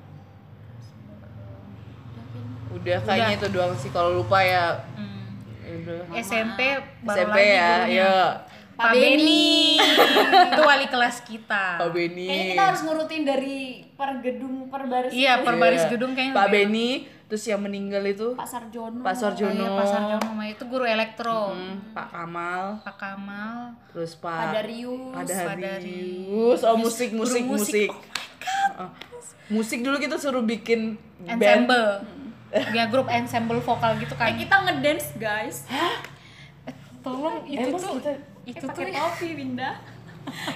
udah kayaknya itu doang sih kalau lupa ya Hmm. udah SMP baru SMP lagi ya gurunya. ya Pak Pak Beni. itu wali kelas Nah, kita. Pak Beni kayaknya kita harus ngurutin dari per gedung per baris Iya, per Iya. baris gedung kayaknya. Pak lebih- Beni terus yang meninggal itu Pak Sarjono Pak Oh iya, Sarjono Pak Sarjono Maya. itu guru elektro. Hmm, Pak Kamal Pak Kamal, terus Pak Pak Darius ada Pak Darius oh musik musik Guru musik musik. Oh. musik dulu kita suruh bikin band ensemble. Mm-hmm. Ya grup ensemble vokal gitu eh kan. kita ngedance guys Tolong itu Emang tuh kita itu eh, tuh pakai topi Winda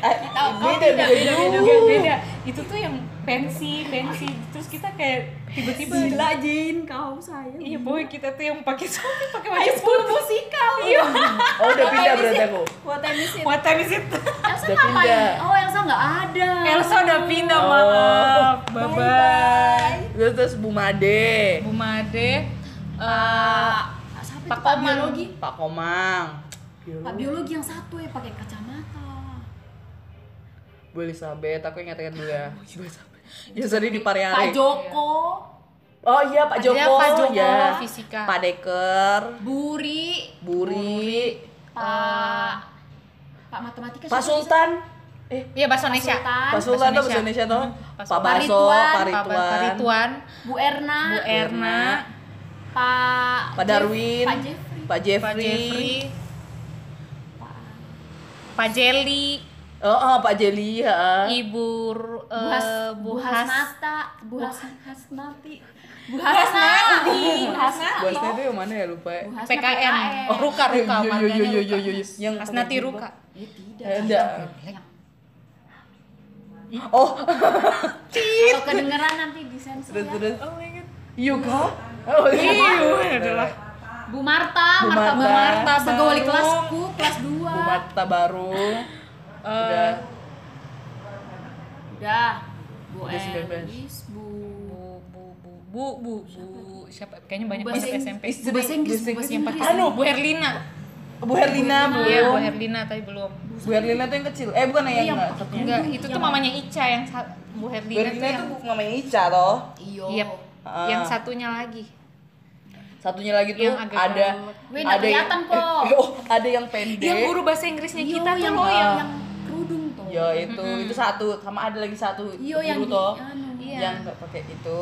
Ah, beda beda Oh, beda, jauh. beda. Itu tuh yang pensi, pensi. Terus kita kayak tiba-tiba gila Jin kau saya Iya boy, kita tuh yang pakai sopi, pakai High baju school musikal iya oh udah pindah berarti aku what time is it What time is it? Elsa Udah pindah. ngapain oh Elsa nggak ada Elsa udah pindah, Oh. maaf. Bye bye. terus, terus Bu Made Bu Made, eh, Pak siapa itu? Pak Pak Komang. biologi Pak Komang Pak biologi yang satu ya pakai kacamata Bu Elizabeth, aku ingat-ingat dulu ya. Oh, iya, Bu Elizabeth. Ya tadi di Pariare. Pak Joko Oh iya Pak Ada Joko. Pak Joko, ya. fisika. Pak Deker, Buri Buri, Pak Pak matematika Pak siapa sih? Sultan. Eh, Iya bahasa Indonesia. Sultan, Pak Sultan tuh Indonesia. bahasa Indonesia tuh. Pak Pak Sultan. Baso, Parituan, Pak Pak Rituan. Rituan, Bu Erna, Bu Er- Erna, Pak Pak Darwin, Pak Jeffrey, Pak Pak Jeffrey, Jeffrey, Pak Jelly, oh, oh, Pak Jelly, ya. Ibu Ru- Bu eh, Has, Bu Bu Has, Hasnata, Bu Has, Hasnati, Bu Hasnati, Bu Hasnati, Buasnya itu yang mana ya lupa ya? Bu Hasnati, PKN, Oh, oh, Ruka, Ruka, Yo, yo, yo, marganya yo, yo, yo, yo. Ruka. Yang Hasnati Ruka. ya tidak. Eh, enggak. Oh, Kalau kedengeran nanti disensor terus ya. terus. Yuka? Oh, Iya, adalah. Bu Marta, Bu Marta, Marta. Marta, pegawai Barung. kelasku, kelas Bu 2. Marta Barung. Udah. Udah. Bu Udah sembilan belas. Elis, Bu Bu Bu Bu Bu Bu Bu siapa? Kayaknya banyak Bu banget Bahasa SMP. Inggris, Bu Bahasa Inggris, Bu Bahasa Yang Inggris. pakai Bu Herlina. Bu Herlina Bu belum. Iya, Bu Herlina Iya, tapi belum. Bu Herlina tuh yang kecil. Eh, bukan Iya, ya yang enggak. satunya. Enggak, itu tuh mamanya Ica yang sa- Bu Bu Herlina tuh Herlina yang tuh namanya Ica toh. Iyo. Iya. Oh. Ah. Yang satunya lagi. Satunya lagi tuh Yang agak ada rambut. Weh, nggak kelihatan, kok. Oh, ada yang pendek. Yang guru bahasa Inggrisnya Iyo, kita tuh Iya, yang loh yang yang kerudung tuh. Ya itu, itu satu. Sama ada lagi satu Iyo yang guru di- toh. anu. Iya. Yang nggak pakai itu.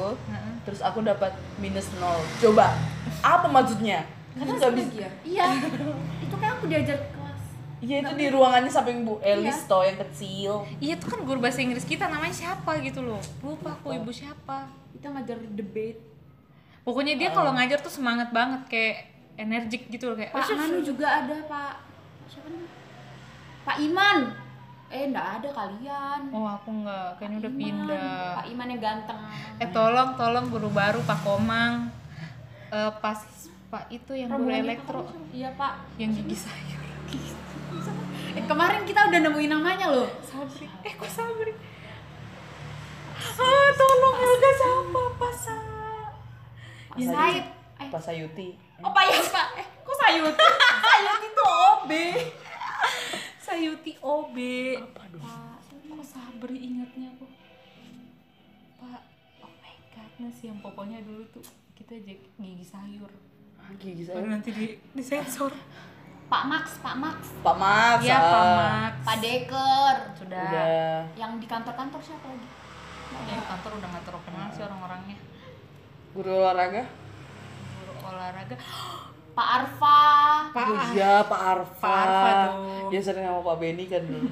Terus aku dapat minus nol. Coba, apa maksudnya? Karena nggak bisa. ya? Iya. Iya. Itu kan aku diajar kelas. Iya itu di ruangannya samping Bu Elis toh yang kecil. Iya tuh kan guru bahasa Inggris kita namanya siapa gitu loh. Lupa aku ibu siapa. Kita ngajar debate. Pokoknya dia kalau ngajar tuh semangat banget kayak energik gitu loh kayak. Oh. Pak Manu juga ada, Pak. Siapa namanya? Pak Iman. Eh, enggak ada kalian. Oh aku enggak, kayaknya udah Iman. pindah. Pak Iman yang ganteng. Eh tolong tolong guru baru Pak Komang. Eh, pas Pak itu yang guru Rombongannya elektro Pak Komang. Iya, Pak. yang gigi sayur. Eh, kemarin kita udah nemuin namanya loh. Sabri. Eh kok Sabri? Ah tolong Elga siapa Pasa? Pas Said. Eh, Pas Sayuti. oh Pak Yas, Pak. Eh, kok sayut? sayut itu OB. Sayuti OB. Pak, Kok Sabri ingatnya aku? Pak, oh my godness yang pokoknya dulu tuh kita jek gigi sayur. Ah, Gigi Baru saya. nanti di disensor. Pak Max, Pak Max. Pak Mas. Iya, ah. Pak Max. Pak Deker. Sudah. Udah. Yang di kantor-kantor siapa lagi? Ya, kantor udah nggak terkenal sih orang-orangnya. Guru olahraga. Guru olahraga. Pak Arfa. Pak Oh Ar- iya Pak Arfa. Pak Arfa dong. Dia sering sama Pak Beni kan dulu.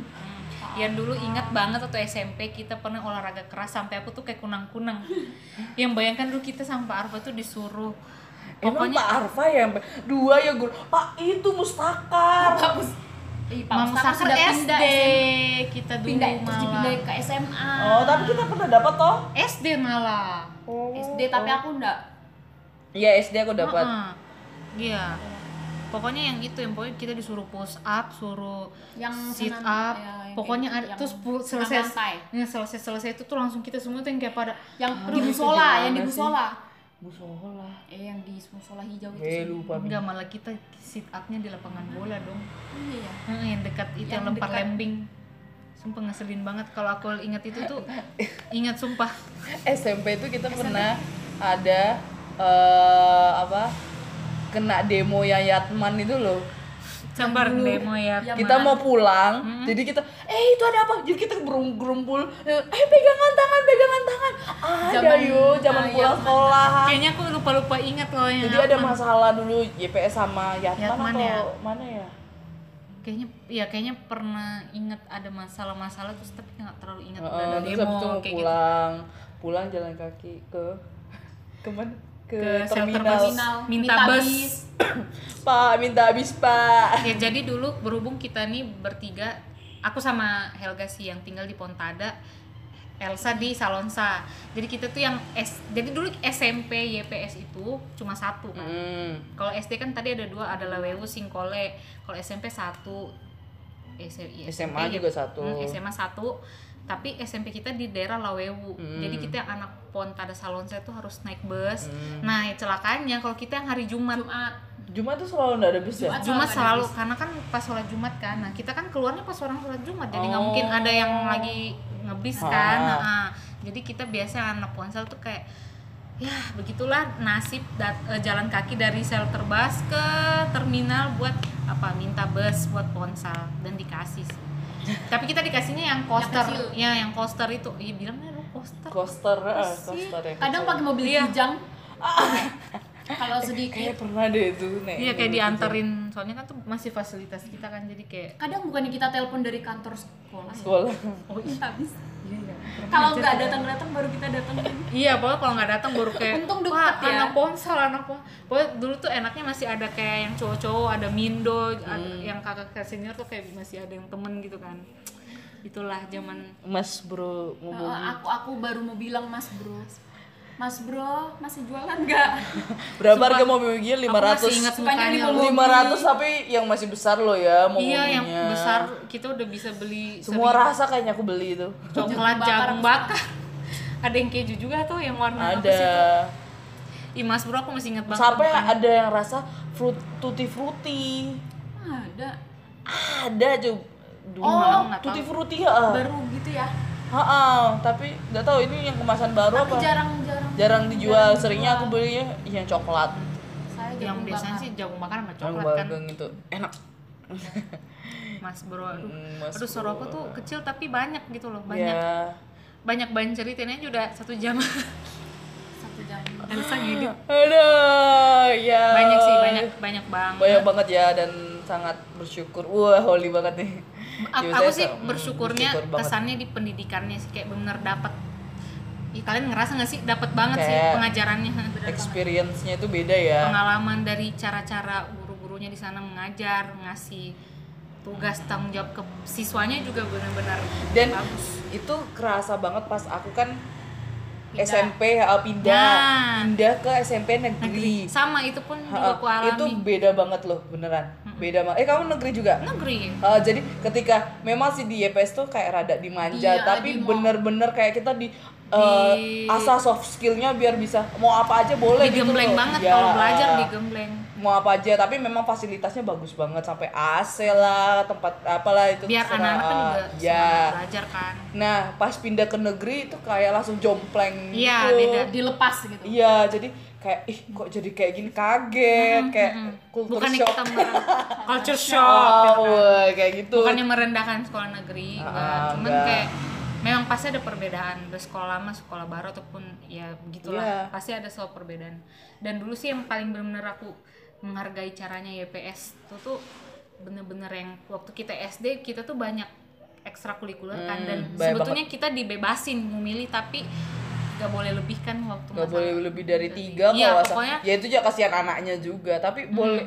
yang dulu ingat banget waktu SMP kita pernah olahraga keras sampai aku tuh kayak kunang-kunang. yang bayangkan dulu kita sama Pak Arfa tuh disuruh Emang pokoknya Pak Arfa yang dua ya guru. Pak itu Mustakar. Kampus. Ih, Pak Mang Mustafa Sakar sudah SD pindah. kita dulu Pindah, terus malah. dipindah ke SMA. Oh tapi kita pernah dapat toh. SD malah. Oh. SD tapi aku enggak. Iya SD aku dapat. Heeh. Iya. Pokoknya yang itu yang pokoknya kita disuruh push up, suruh Yang sit senam- up. ya, yang pokoknya kayak ada gitu, terus yang pu- senam selesai lantai. ya, selesai selesai itu tuh langsung kita semua tuh yang kayak pada "Ah, gitu Yang di itu musola, gimana yang di sih? musola. Musola. Eh, yang di musola hijau itu. Eh sih. lupa. enggak malah kita sit upnya di lapangan bola dong. Iya, ya. Heeh, Ah, yang dekat itu yang, Yang lempar dekat. lembing. Sumpah ngeselin banget kalau aku ingat itu tuh ingat sumpah. SMP itu kita pernah ada eh, apa kena demo Yayatman itu loh. Sabar demo ya. Iya, kita mau pulang, jadi kita eh itu ada apa? Jadi kita gerum- gerumpul, eh pegangan tangan, pegangan tangan. Ada Zaman- yuk, zaman iya, ah, pulang Yatman. sekolah. Kayaknya aku lupa-lupa ingat loh ya. yang Jadi ada apa. masalah dulu YPS sama Yatman, Yatman atau ya? mana ya? kayaknya ya kayaknya pernah inget ada masalah-masalah terus tapi nggak terlalu ingat udah Heeh, ada Oh, terus demo habis itu mau kayak gitu pulang, pulang jalan kaki ke ke mana? Ke, ke shelter terminal. bus minta bus Pak, minta habis, Pak. ya jadi dulu berhubung kita nih bertiga aku sama Helga sih yang tinggal di Pontada Elsa di Salonsa jadi kita tuh yang S jadi dulu SMP YPS itu cuma satu kan Hmm. kalau SD kan tadi ada dua ada Lawewu Singkole kalau SMP satu S- iya, SMA SMP, juga satu. Hmm, SMA satu tapi SMP kita di daerah Lawewu Hmm. jadi kita yang anak Pontada Salonsa tuh harus naik bus Mm. nah ya celakanya kalau kita yang hari Jumat Jumat. Jumat tuh selalu nggak ada bus ya? Jumat Jumat selalu selalu karena kan pas sholat Jumat kan. Nah, kita kan keluarnya pas orang sholat Jumat. Jadi nggak mungkin Oh. ada yang lagi ngebis kan. Ah. Nah, ah. jadi kita biasa anak ponsel tuh kayak ya begitulah nasib dat- eh, jalan kaki dari shelter bus ke terminal buat apa minta bus buat ponsel dan dikasih sih. Tapi kita dikasihnya yang coaster. kecil. ya, yang coaster itu. Iya, bilangnya lu coaster. coaster eh, Iya. sih? coaster yang kadang kecil. pakai mobil kijang kalau sedikit kayak pernah deh itu nek Iya, kayak diantarin. Soalnya kan tuh masih fasilitas kita kan jadi kayak Eh. kadang bukannya kita telepon dari kantor sekolah ya? sekolah oh iya habis kalau nggak datang datang baru kita datang Eh, Iya, pokoknya kalau nggak datang baru kayak Untung deket "Wah, ya." anak ponsel, anak ponsel. Pokoknya dulu tuh enaknya masih ada kayak yang cowok-cowok, ada Mindo, ada Hmm. yang kakak kakak senior tuh kayak masih ada yang temen gitu kan. Itulah zaman mas bro Ah, Oh, ngomong aku aku baru mau bilang mas bro mas bro masih jualan nggak berapa harga mobil gini Aku lima ratus masih ingat Sukanya mukanya di loh. mobil. lima ratus tapi yang masih besar loh ya mau Iya, yang ngomongnya. besar kita udah bisa beli semua sering. rasa kayaknya aku beli itu coklat jagung bakar. ada yang keju juga tuh yang warna Nah, apa ada sih? kan? Ih, Mas Bro aku masih ingat banget. sampai ada yang rasa fruit tutti frutti Ah, ada ada juga dulu malah oh nggak tutti tahu. frutti ya baru gitu ya tapi nggak tahu ini yang kemasan baru apa tapi jarang jarang jarang dijual seringnya aku belinya yang coklat saya yang jagung biasanya bakar. sih jagung bakar sama yang coklat kan. bageng itu gitu. enak Mas Bro, aduh. Hmm, Mas aduh, suara aku tuh kecil tapi banyak gitu loh, banyak. ya banyak banget ceritainnya juga satu jam satu jam Elsa hidup aduh ya banyak sih banyak banyak banget banyak banget ya dan sangat bersyukur wah holy banget nih A- Ya, saya aku sih sa- hmm, bersyukurnya bersyukur banget. kesannya di pendidikannya sih kayak bener dapat Ih, kalian ngerasa nggak sih dapat banget sih Kayak- Iya. pengajarannya experience-nya itu beda ya pengalaman dari cara-cara guru-gurunya di sana mengajar ngasih tugas tanggung jawab ke siswanya juga benar-benar Dan- bagus itu kerasa banget pas aku kan Pindah. SMP ah, pindah Nah. pindah ke SMP negeri, negeri sama itu pun Ha, juga aku alami Iya. itu beda banget loh beneran beda banget eh kamu negeri juga negeri Ah, jadi ketika memang sih di YPS tuh kayak rada dimanja Iya, tapi di mau- bener-bener kayak kita di eh, Di- asah soft skillnya biar bisa mau apa aja boleh gitu loh. digembleng banget Ya, kalau belajar digembleng mau apa aja tapi memang fasilitasnya bagus banget sampai AC lah tempat apalah itu biar terserah. anak-anak kan juga ya semangat belajar kan Nah, pas pindah ke negeri itu kayak langsung jompleng Iya, gitu. beda. dilepas gitu Iya, jadi kayak ih kok jadi kayak gini kaget, kayak kultur bukan ya, kan? shock. kita merendahkan culture Oh, shock woy, kayak gitu. bukannya merendahkan sekolah negeri Ah, enggak cuman enggak. kayak memang pasti ada perbedaan dari sekolah mas sekolah baru ataupun ya begitulah Iya. pasti ada soal perbedaan dan dulu sih yang paling benar-benar aku menghargai caranya YPS itu tuh bener-bener yang waktu kita SD kita tuh banyak ekstrakurikuler kan Hmm, dan banyak sebetulnya kita dibebasin memilih tapi nggak boleh lebih kan waktu Nggak masa- boleh lebih dari tiga Iya, kalau nggak salah. pokoknya- Ya itu juga kasihan anaknya juga, tapi boleh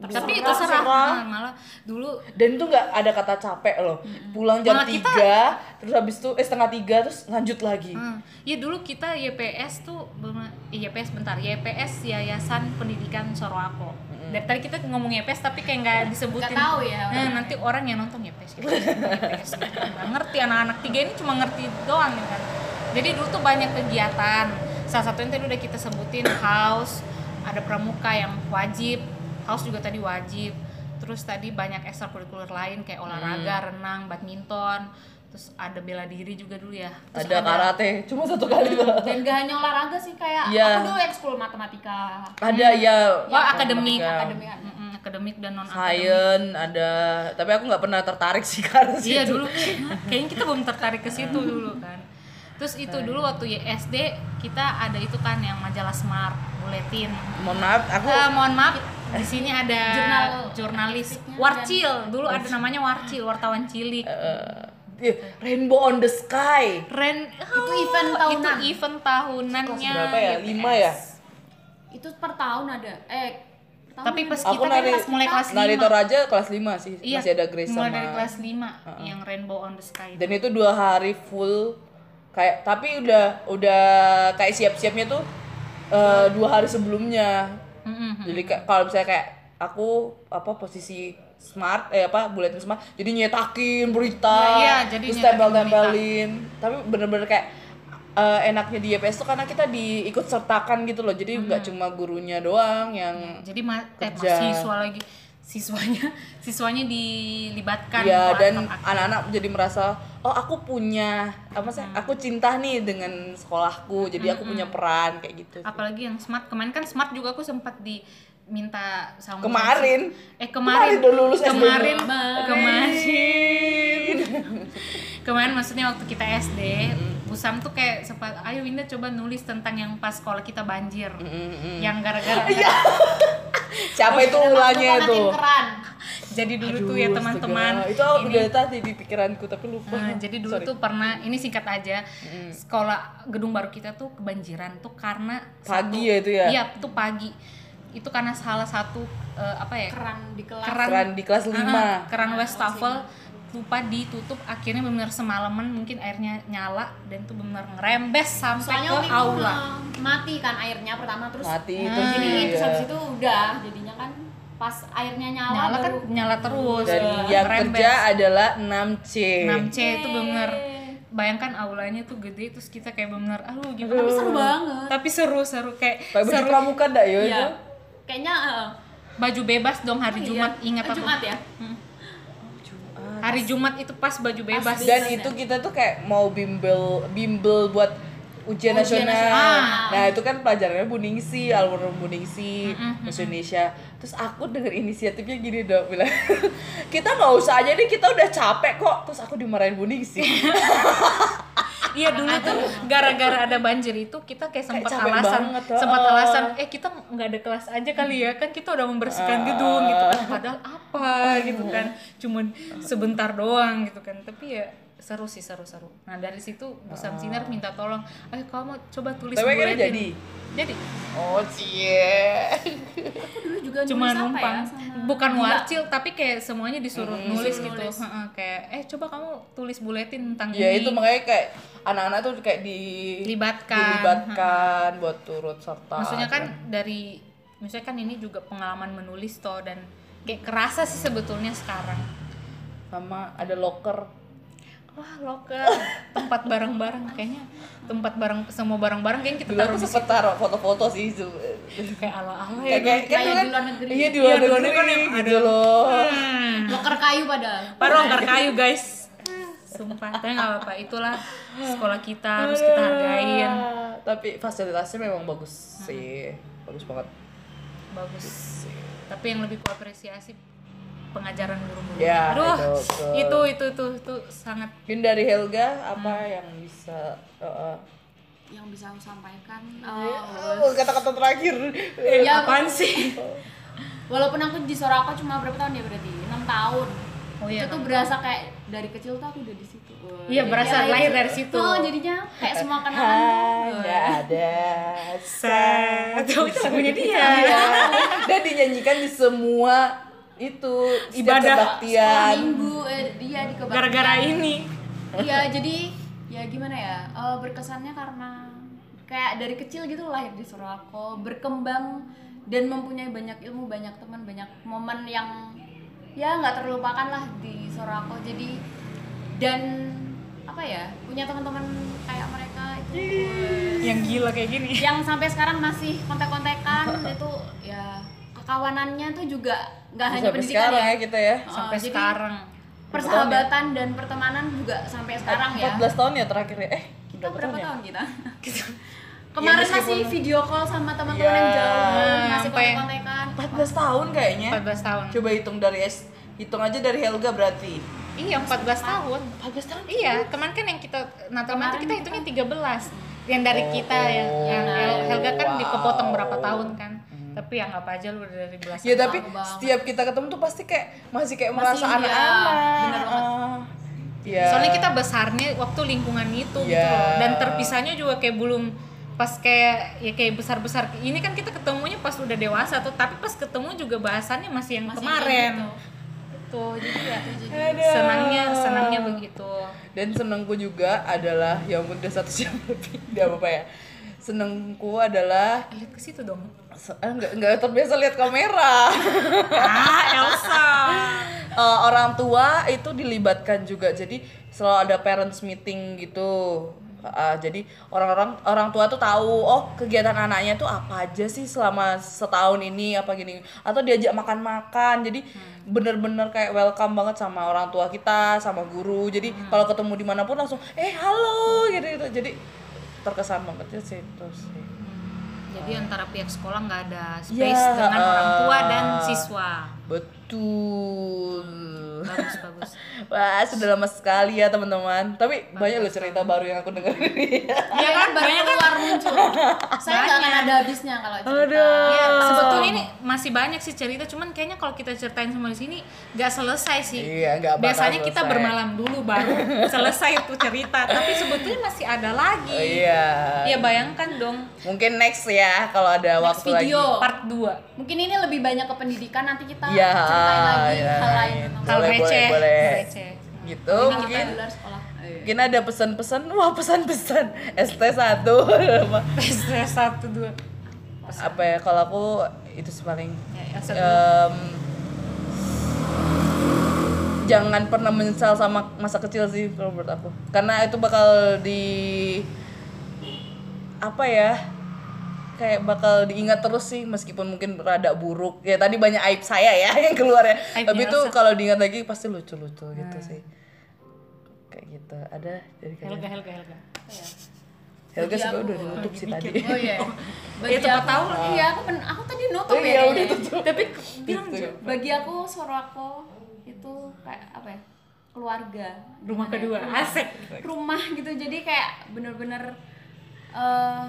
tapi terserah Nah, malah dulu Dan itu nggak ada kata capek loh. Pulang jam Malah kita- tiga, terus habis itu eh setengah tiga terus lanjut lagi. Hmm. Ya dulu kita YPS tuh bener- eh, YPS bentar, YPS Yayasan Pendidikan Sorowako. Dari tadi kita ngomong YPS tapi kayak nggak disebutin. nggak tahu ya Nah, nanti orang yang nonton YPS, YPS, YPS. Nggak ngerti anak-anak tiga ini cuma ngerti doang ya kan. Jadi dulu tuh banyak kegiatan. Salah satunya tadi udah kita sebutin house, ada pramuka yang wajib, house juga tadi wajib. Terus tadi banyak ekstrakurikuler lain kayak olahraga, renang, badminton, terus ada bela diri juga dulu ya. Terus Mm. ada karate, cuma satu kali loh. dan gak hanya olahraga sih kayak Iya. aku dulu ekskul matematika Ada ya, Wah, Mm. Oh, akademik, matematika. akademik ada. Mm-mm, akademik dan non akademik. Science ada, tapi aku nggak pernah tertarik sih karena sih. Iya dulu kayaknya- kayaknya kita belum tertarik ke situ dulu kan. Terus itu dulu waktu ya SD kita ada itu kan yang majalah Smart buletin. Mohon maaf, aku Eh, mohon maaf, di sini ada Jurnal- jurnalis Warcil. Dulu ada namanya Warcil, wartawan cilik. eh, iya, Rainbow on the Sky. Ren Itu event tahunan. Itu event tahunannya. Berapa ya? YPS. Lima ya? itu per tahun ada eh per tahun Tapi ada. pas Aku kita kan nari- pas mulai kelas Nari 5. Toraja kelas lima sih, masih ada Grace mulai sama. Iya. dari kelas 5 yang Rainbow on the Sky. Dan itu dua hari full kayak tapi udah udah kayak siap-siapnya tuh eh, dua hari sebelumnya. Mm-mm. Jadi kayak- kalau misalnya kayak aku apa posisi smart eh apa buletin smart jadi nyetakin berita Iya, iya, jadi terus nyetakin tempel-tempelin tapi bener-bener kayak eh, enaknya di YPS tuh karena kita diikut sertakan gitu loh Mhm. jadi nggak cuma gurunya doang yang jadi ma eh, Kerja. mahasiswa lagi siswanya siswanya dilibatkan ya peran dan aktif. anak-anak jadi merasa oh aku punya apa Hmm. sih aku cinta nih dengan sekolahku jadi aku punya peran kayak gitu apalagi yang smart kemarin kan smart juga aku sempat diminta sama Kemarin? eh Kemarin kemarin udah lulus SD. kemarin Kemarin. kemarin Ih, Kemarin maksudnya waktu kita SD, Usam tuh kayak sempat, ayo Winda coba nulis tentang yang pas sekolah kita banjir, yang gara-gara Iya. Siapa itu Ada kan ulahnya masukan itu? atin keran. jadi dulu tuh Aduh, ya astaga. teman-teman. Itu aku ini- udah tadi di pikiranku tapi lupa. Nah, jadi dulu Sorry. tuh pernah ini singkat aja sekolah gedung baru kita tuh kebanjiran tuh karena Pagi ya itu ya? iya tuh pagi itu karena salah satu eh, apa ya keran di kelas Keran di kelas Ah, lima. Nah, keran Westafel lupa ditutup akhirnya benar semalaman mungkin airnya nyala dan tuh benar ngerembes sampai ke soalnya waktu itu aula eh, mati kan airnya pertama terus Mati Nah, itu jadi sih, terus ya. habis itu udah jadinya kan pas airnya nyala, nyala kan baru- nyala terus eh, Dan yang kerja adalah 6C. 6C itu benar Yeay. bayangkan aulanya tuh gede terus kita kayak benar aduh gimana tapi seru banget tapi seru seru kayak Pakai baju seru pramuka enggak ya Iya. itu? kayaknya eh, baju bebas dong hari Jumat iya. ingat Eh, aku Jumat ya hari Jumat itu pas baju bebas Pas Dan Iya. itu kita tuh kayak mau bimbel bimbel buat ujian nasional. nasional. Mm-hmm. Nah, itu kan pelajarannya Buningsi, almarhum Buningsi, Bahasa Indonesia. Terus aku denger inisiatifnya gini dong bilang, "Kita nggak usah aja deh, kita udah capek kok." Terus aku dimarahin Buningsi. iya dulu tuh gara-gara ada banjir itu kita kayak sempat capek alasan banget, oh. sempat alasan eh kita nggak ada kelas aja kali ya kan kita udah membersihkan gedung gitu kan padahal apa gitu kan cuman sebentar doang gitu kan tapi ya seru sih seru-seru nah dari situ Busam Sinar minta tolong ayo kamu coba tulis Tapi akhirnya buletin." jadi. jadi Oh, cie. aku dulu juga cuma nulis apa numpang ya, sama bukan Dila. warcil tapi kayak semuanya disuruh nulis gitu Nulis. Heeh, kayak eh coba kamu tulis buletin tentang Ya ini itu makanya kayak anak-anak tuh kayak di Libatkan. dilibatkan buat turut serta. maksudnya kan dari misalnya kan ini juga pengalaman menulis toh dan kayak kerasa sih sebetulnya sekarang sama ada loker. wah loker tempat barang-barang kayaknya tempat barang semua barang-barang kayaknya kita Dulu aku taruh di sempet taruh foto-foto sih itu. situ kayak ala-ala ya Kayak Iya, gitu. kayak kayak dulu di luar negeri. Iya di luar Iya, di luar negeri, negeri kan gitu loh. Hmm. loker kayu padahal Baru angker kayu guys Hmm. sumpah tapi nggak apa-apa itulah sekolah kita harus kita hargain Tapi fasilitasnya memang bagus sih. Bagus banget bagus sih. tapi yang lebih kuapresiasi pengajaran guru-guru. Ya, Aduh, betul, itu betul. itu itu itu sangat Mungkin dari Helga apa Hmm. yang bisa uh, uh, yang bisa aku sampaikan eh, oh, kata-kata terakhir. eh, Ya, apaan sih? walaupun aku di Soraka cuma berapa tahun ya berarti enam tahun Oh iya, itu tuh enam berasa kayak dari kecil tuh aku udah di situ Wah. Iya, berasa Jadi, lahir dari situ. oh, jadinya kayak semua kenangan tuh, Hanya ada Itu itu lagunya dia. Iya. Dan dinyanyikan di semua itu setiap Ibadah. sekolah kebaktian. minggu eh, dia di kebaktian. Gara-gara ini. iya jadi ya gimana ya eh, berkesannya karena kayak dari kecil gitu lahir di Soraka berkembang dan mempunyai banyak ilmu banyak teman banyak momen yang ya nggak terlupakan lah di Soraka jadi dan apa ya punya teman-teman kayak mereka itu wah, Yang gila kayak gini. yang sampai sekarang masih kontak-kontakan itu ya kekawanannya tuh juga nggak hanya Sampai pendidikan sekarang ya ya kita ya. Oh, Sampai jadi sekarang. persahabatan dan pertemanan juga sampai Eh, sekarang ya 14 tahun ya terakhir ya. Eh, kita berapa tahun kita Kita- kemarin meskipun- masih video call sama teman-teman yang Iya. jauh masih Sampai- kontak-kontakan 14 tahun kayaknya. 14 tahun. Coba hitung dari S hitung aja dari Helga berarti. Iya, 14 tahun. 14 tahun. Iya, kemarin kan yang kita Natal kemarin kan tuh kita hitungnya 13. Yang dari kita ya, yang Hel- Helga kan dikepotong berapa tahun kan. Tapi yang apa aja lu udah dari belasan. Ya tapi banget. setiap kita ketemu tuh pasti kayak masih kayak merasa iya, bener anak-anak. banget. Ah, Iya. soalnya kita besarnya waktu lingkungan itu gitu Iya. loh. dan terpisahnya juga kayak belum pas kayak ya kayak besar besar ini kan kita ketemunya pas udah dewasa tuh tapi pas ketemu juga bahasannya masih yang Masih kemarin kayak gitu jadi ya Aduh. senangnya senangnya begitu Dan senengku juga adalah ya ampun udah satu jam lebih. Enggak apa-apa ya. Senengku adalah lihat ke situ dong se- eh, enggak enggak terbiasa lihat kamera. ah Elsa Hmm. Eh, orang tua itu dilibatkan juga. Jadi selalu ada parents meeting gitu. Eh, jadi orang-orang orang tua tuh tahu oh kegiatan anaknya tuh apa aja sih selama setahun ini apa gini atau diajak makan-makan. Jadi bener-bener kayak welcome banget sama orang tua kita, sama guru. Jadi kalau ketemu dimanapun langsung eh halo gitu gitu. Jadi terkesan banget ya sih itu sih. jadi antara pihak sekolah nggak ada space Ya, dengan orang tua eh. dan siswa Betul. Betul. bagus bagus Wah, sudah lama sekali ya teman-teman. Tapi banyak loh cerita baru yang aku dengar ini. Iya kan baru keluar muncul. Saya nggak akan ada habisnya kalau cerita. Aduh. Ya, sebetulnya ini masih banyak sih cerita, cuman kayaknya kalau kita ceritain semua di sini nggak selesai sih. Iya, nggak bakal Biasanya kita selesai. bermalam dulu baru selesai itu cerita, tapi sebetulnya masih ada lagi. Oh, iya. Ya bayangkan dong Mungkin next ya kalau ada Next waktu video. lagi. part 2 Mungkin ini lebih banyak ke pendidikan nanti kita Iya, ceritain lagi iya. hal lain. tentang- Hal Boleh, receh, boleh, boleh. receh. Gitu Ini kita mungkin. di luar sekolah. Mungkin ada pesan-pesan, wah pesan-pesan ST1 Pesta satu dua. Apa ya, kalau aku itu sih paling Ya, ya, satu. Em, jangan pernah menyesal sama masa kecil sih kalau menurut aku karena itu bakal di apa ya kayak bakal diingat terus sih meskipun mungkin rada buruk ya tadi banyak aib saya ya yang keluar ya Aibnya tapi itu Elsa. Hmm. kalau diingat lagi pasti lucu-lucu gitu sih kayak gitu ada dari kalian Helga Helga Helga. Helga Bagi sebenarnya aku, udah eh, nutup sih tadi Oh iya. Bagi Ya, tempat aku- tahu Iya, aku pen- aku tadi Ah. nutup oh iya ya. udah kayaknya. tutup Tapi bilang Gitu. Jo, Bagi aku Sorowako itu kayak apa ya? Keluarga. rumah Gimana ya? kedua Iya. asik. rumah gitu jadi kayak bener-bener eh,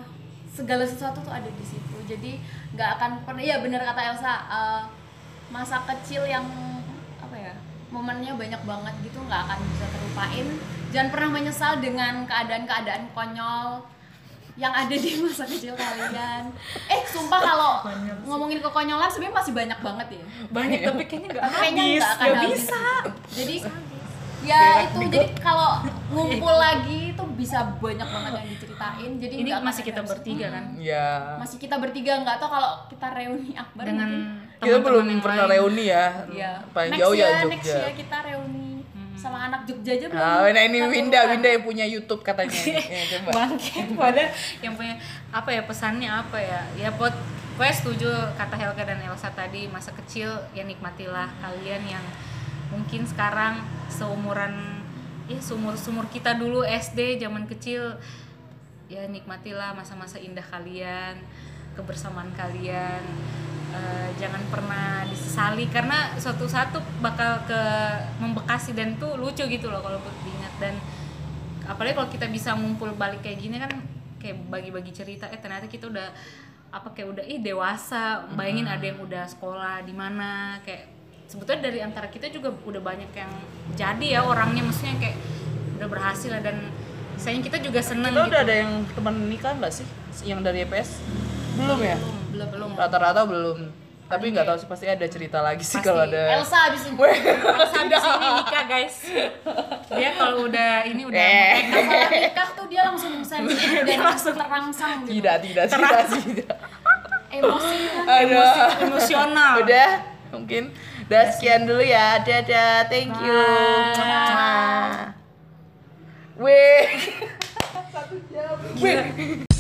segala sesuatu tuh ada di situ jadi nggak akan pernah ya bener kata Elsa eh, masa kecil yang apa ya momennya banyak banget gitu nggak akan bisa terlupain jangan pernah menyesal dengan keadaan-keadaan konyol yang ada di masa kecil kalian eh sumpah kalau ngomongin kekonyolan sebenarnya masih banyak banget ya Banyak Iya. tapi kayaknya nggak kayaknya habis. nggak akan Nggak habis. bisa. jadi ya itu jadi kalau ngumpul lagi itu bisa banyak banget yang diceritain jadi Ini nggak akan masih kita habis. bertiga kan. ya masih kita bertiga nggak tau kalau kita reuni akbar Dengan kita mungkin. teman-teman belum yang pernah lain. reuni ya Iya. paling next jauh ya next Jogja ya kita reuni Hmm. sama anak Jogja aja belum Ah, nah ini ketemu Winda, kan. Winda yang punya YouTube katanya. ya, coba. bangkit pada yang punya apa ya pesannya apa ya ya buat gue setuju kata Helga dan Elsa tadi masa kecil ya nikmatilah kalian yang mungkin sekarang seumuran ya seumur seumur kita dulu SD zaman kecil ya nikmatilah masa-masa indah kalian kebersamaan kalian Eh, jangan pernah disesali karena suatu saat tuh bakal ke membekasi dan tuh lucu gitu loh kalau diingat dan apalagi kalau kita bisa ngumpul balik kayak gini kan kayak bagi-bagi cerita eh ternyata kita udah apa kayak udah ih dewasa bayangin ada yang udah sekolah di mana kayak sebetulnya dari antara kita juga udah banyak yang jadi ya orangnya maksudnya kayak udah berhasil lah dan sayang kita juga seneng Kita gitu udah ada yang teman nikah nggak sih? Yang dari E EPS? Belum ya? belum belum Rata-rata belum. Tapi nggak tahu sih pasti ada cerita lagi sih Pasti. kalau ada. Elsa abis ini Terus habis ini nikah guys dia kalau udah ini udah Eh. masalah nikah tuh dia langsung sensitif dan langsung terangsang gitu Tidak, tidak, tidak, tidak. emosi Aduh. emosional Udah, mungkin. Udah sekian dulu ya. Dadah, thank you. Mwah. Wih. Satu jam. Wih.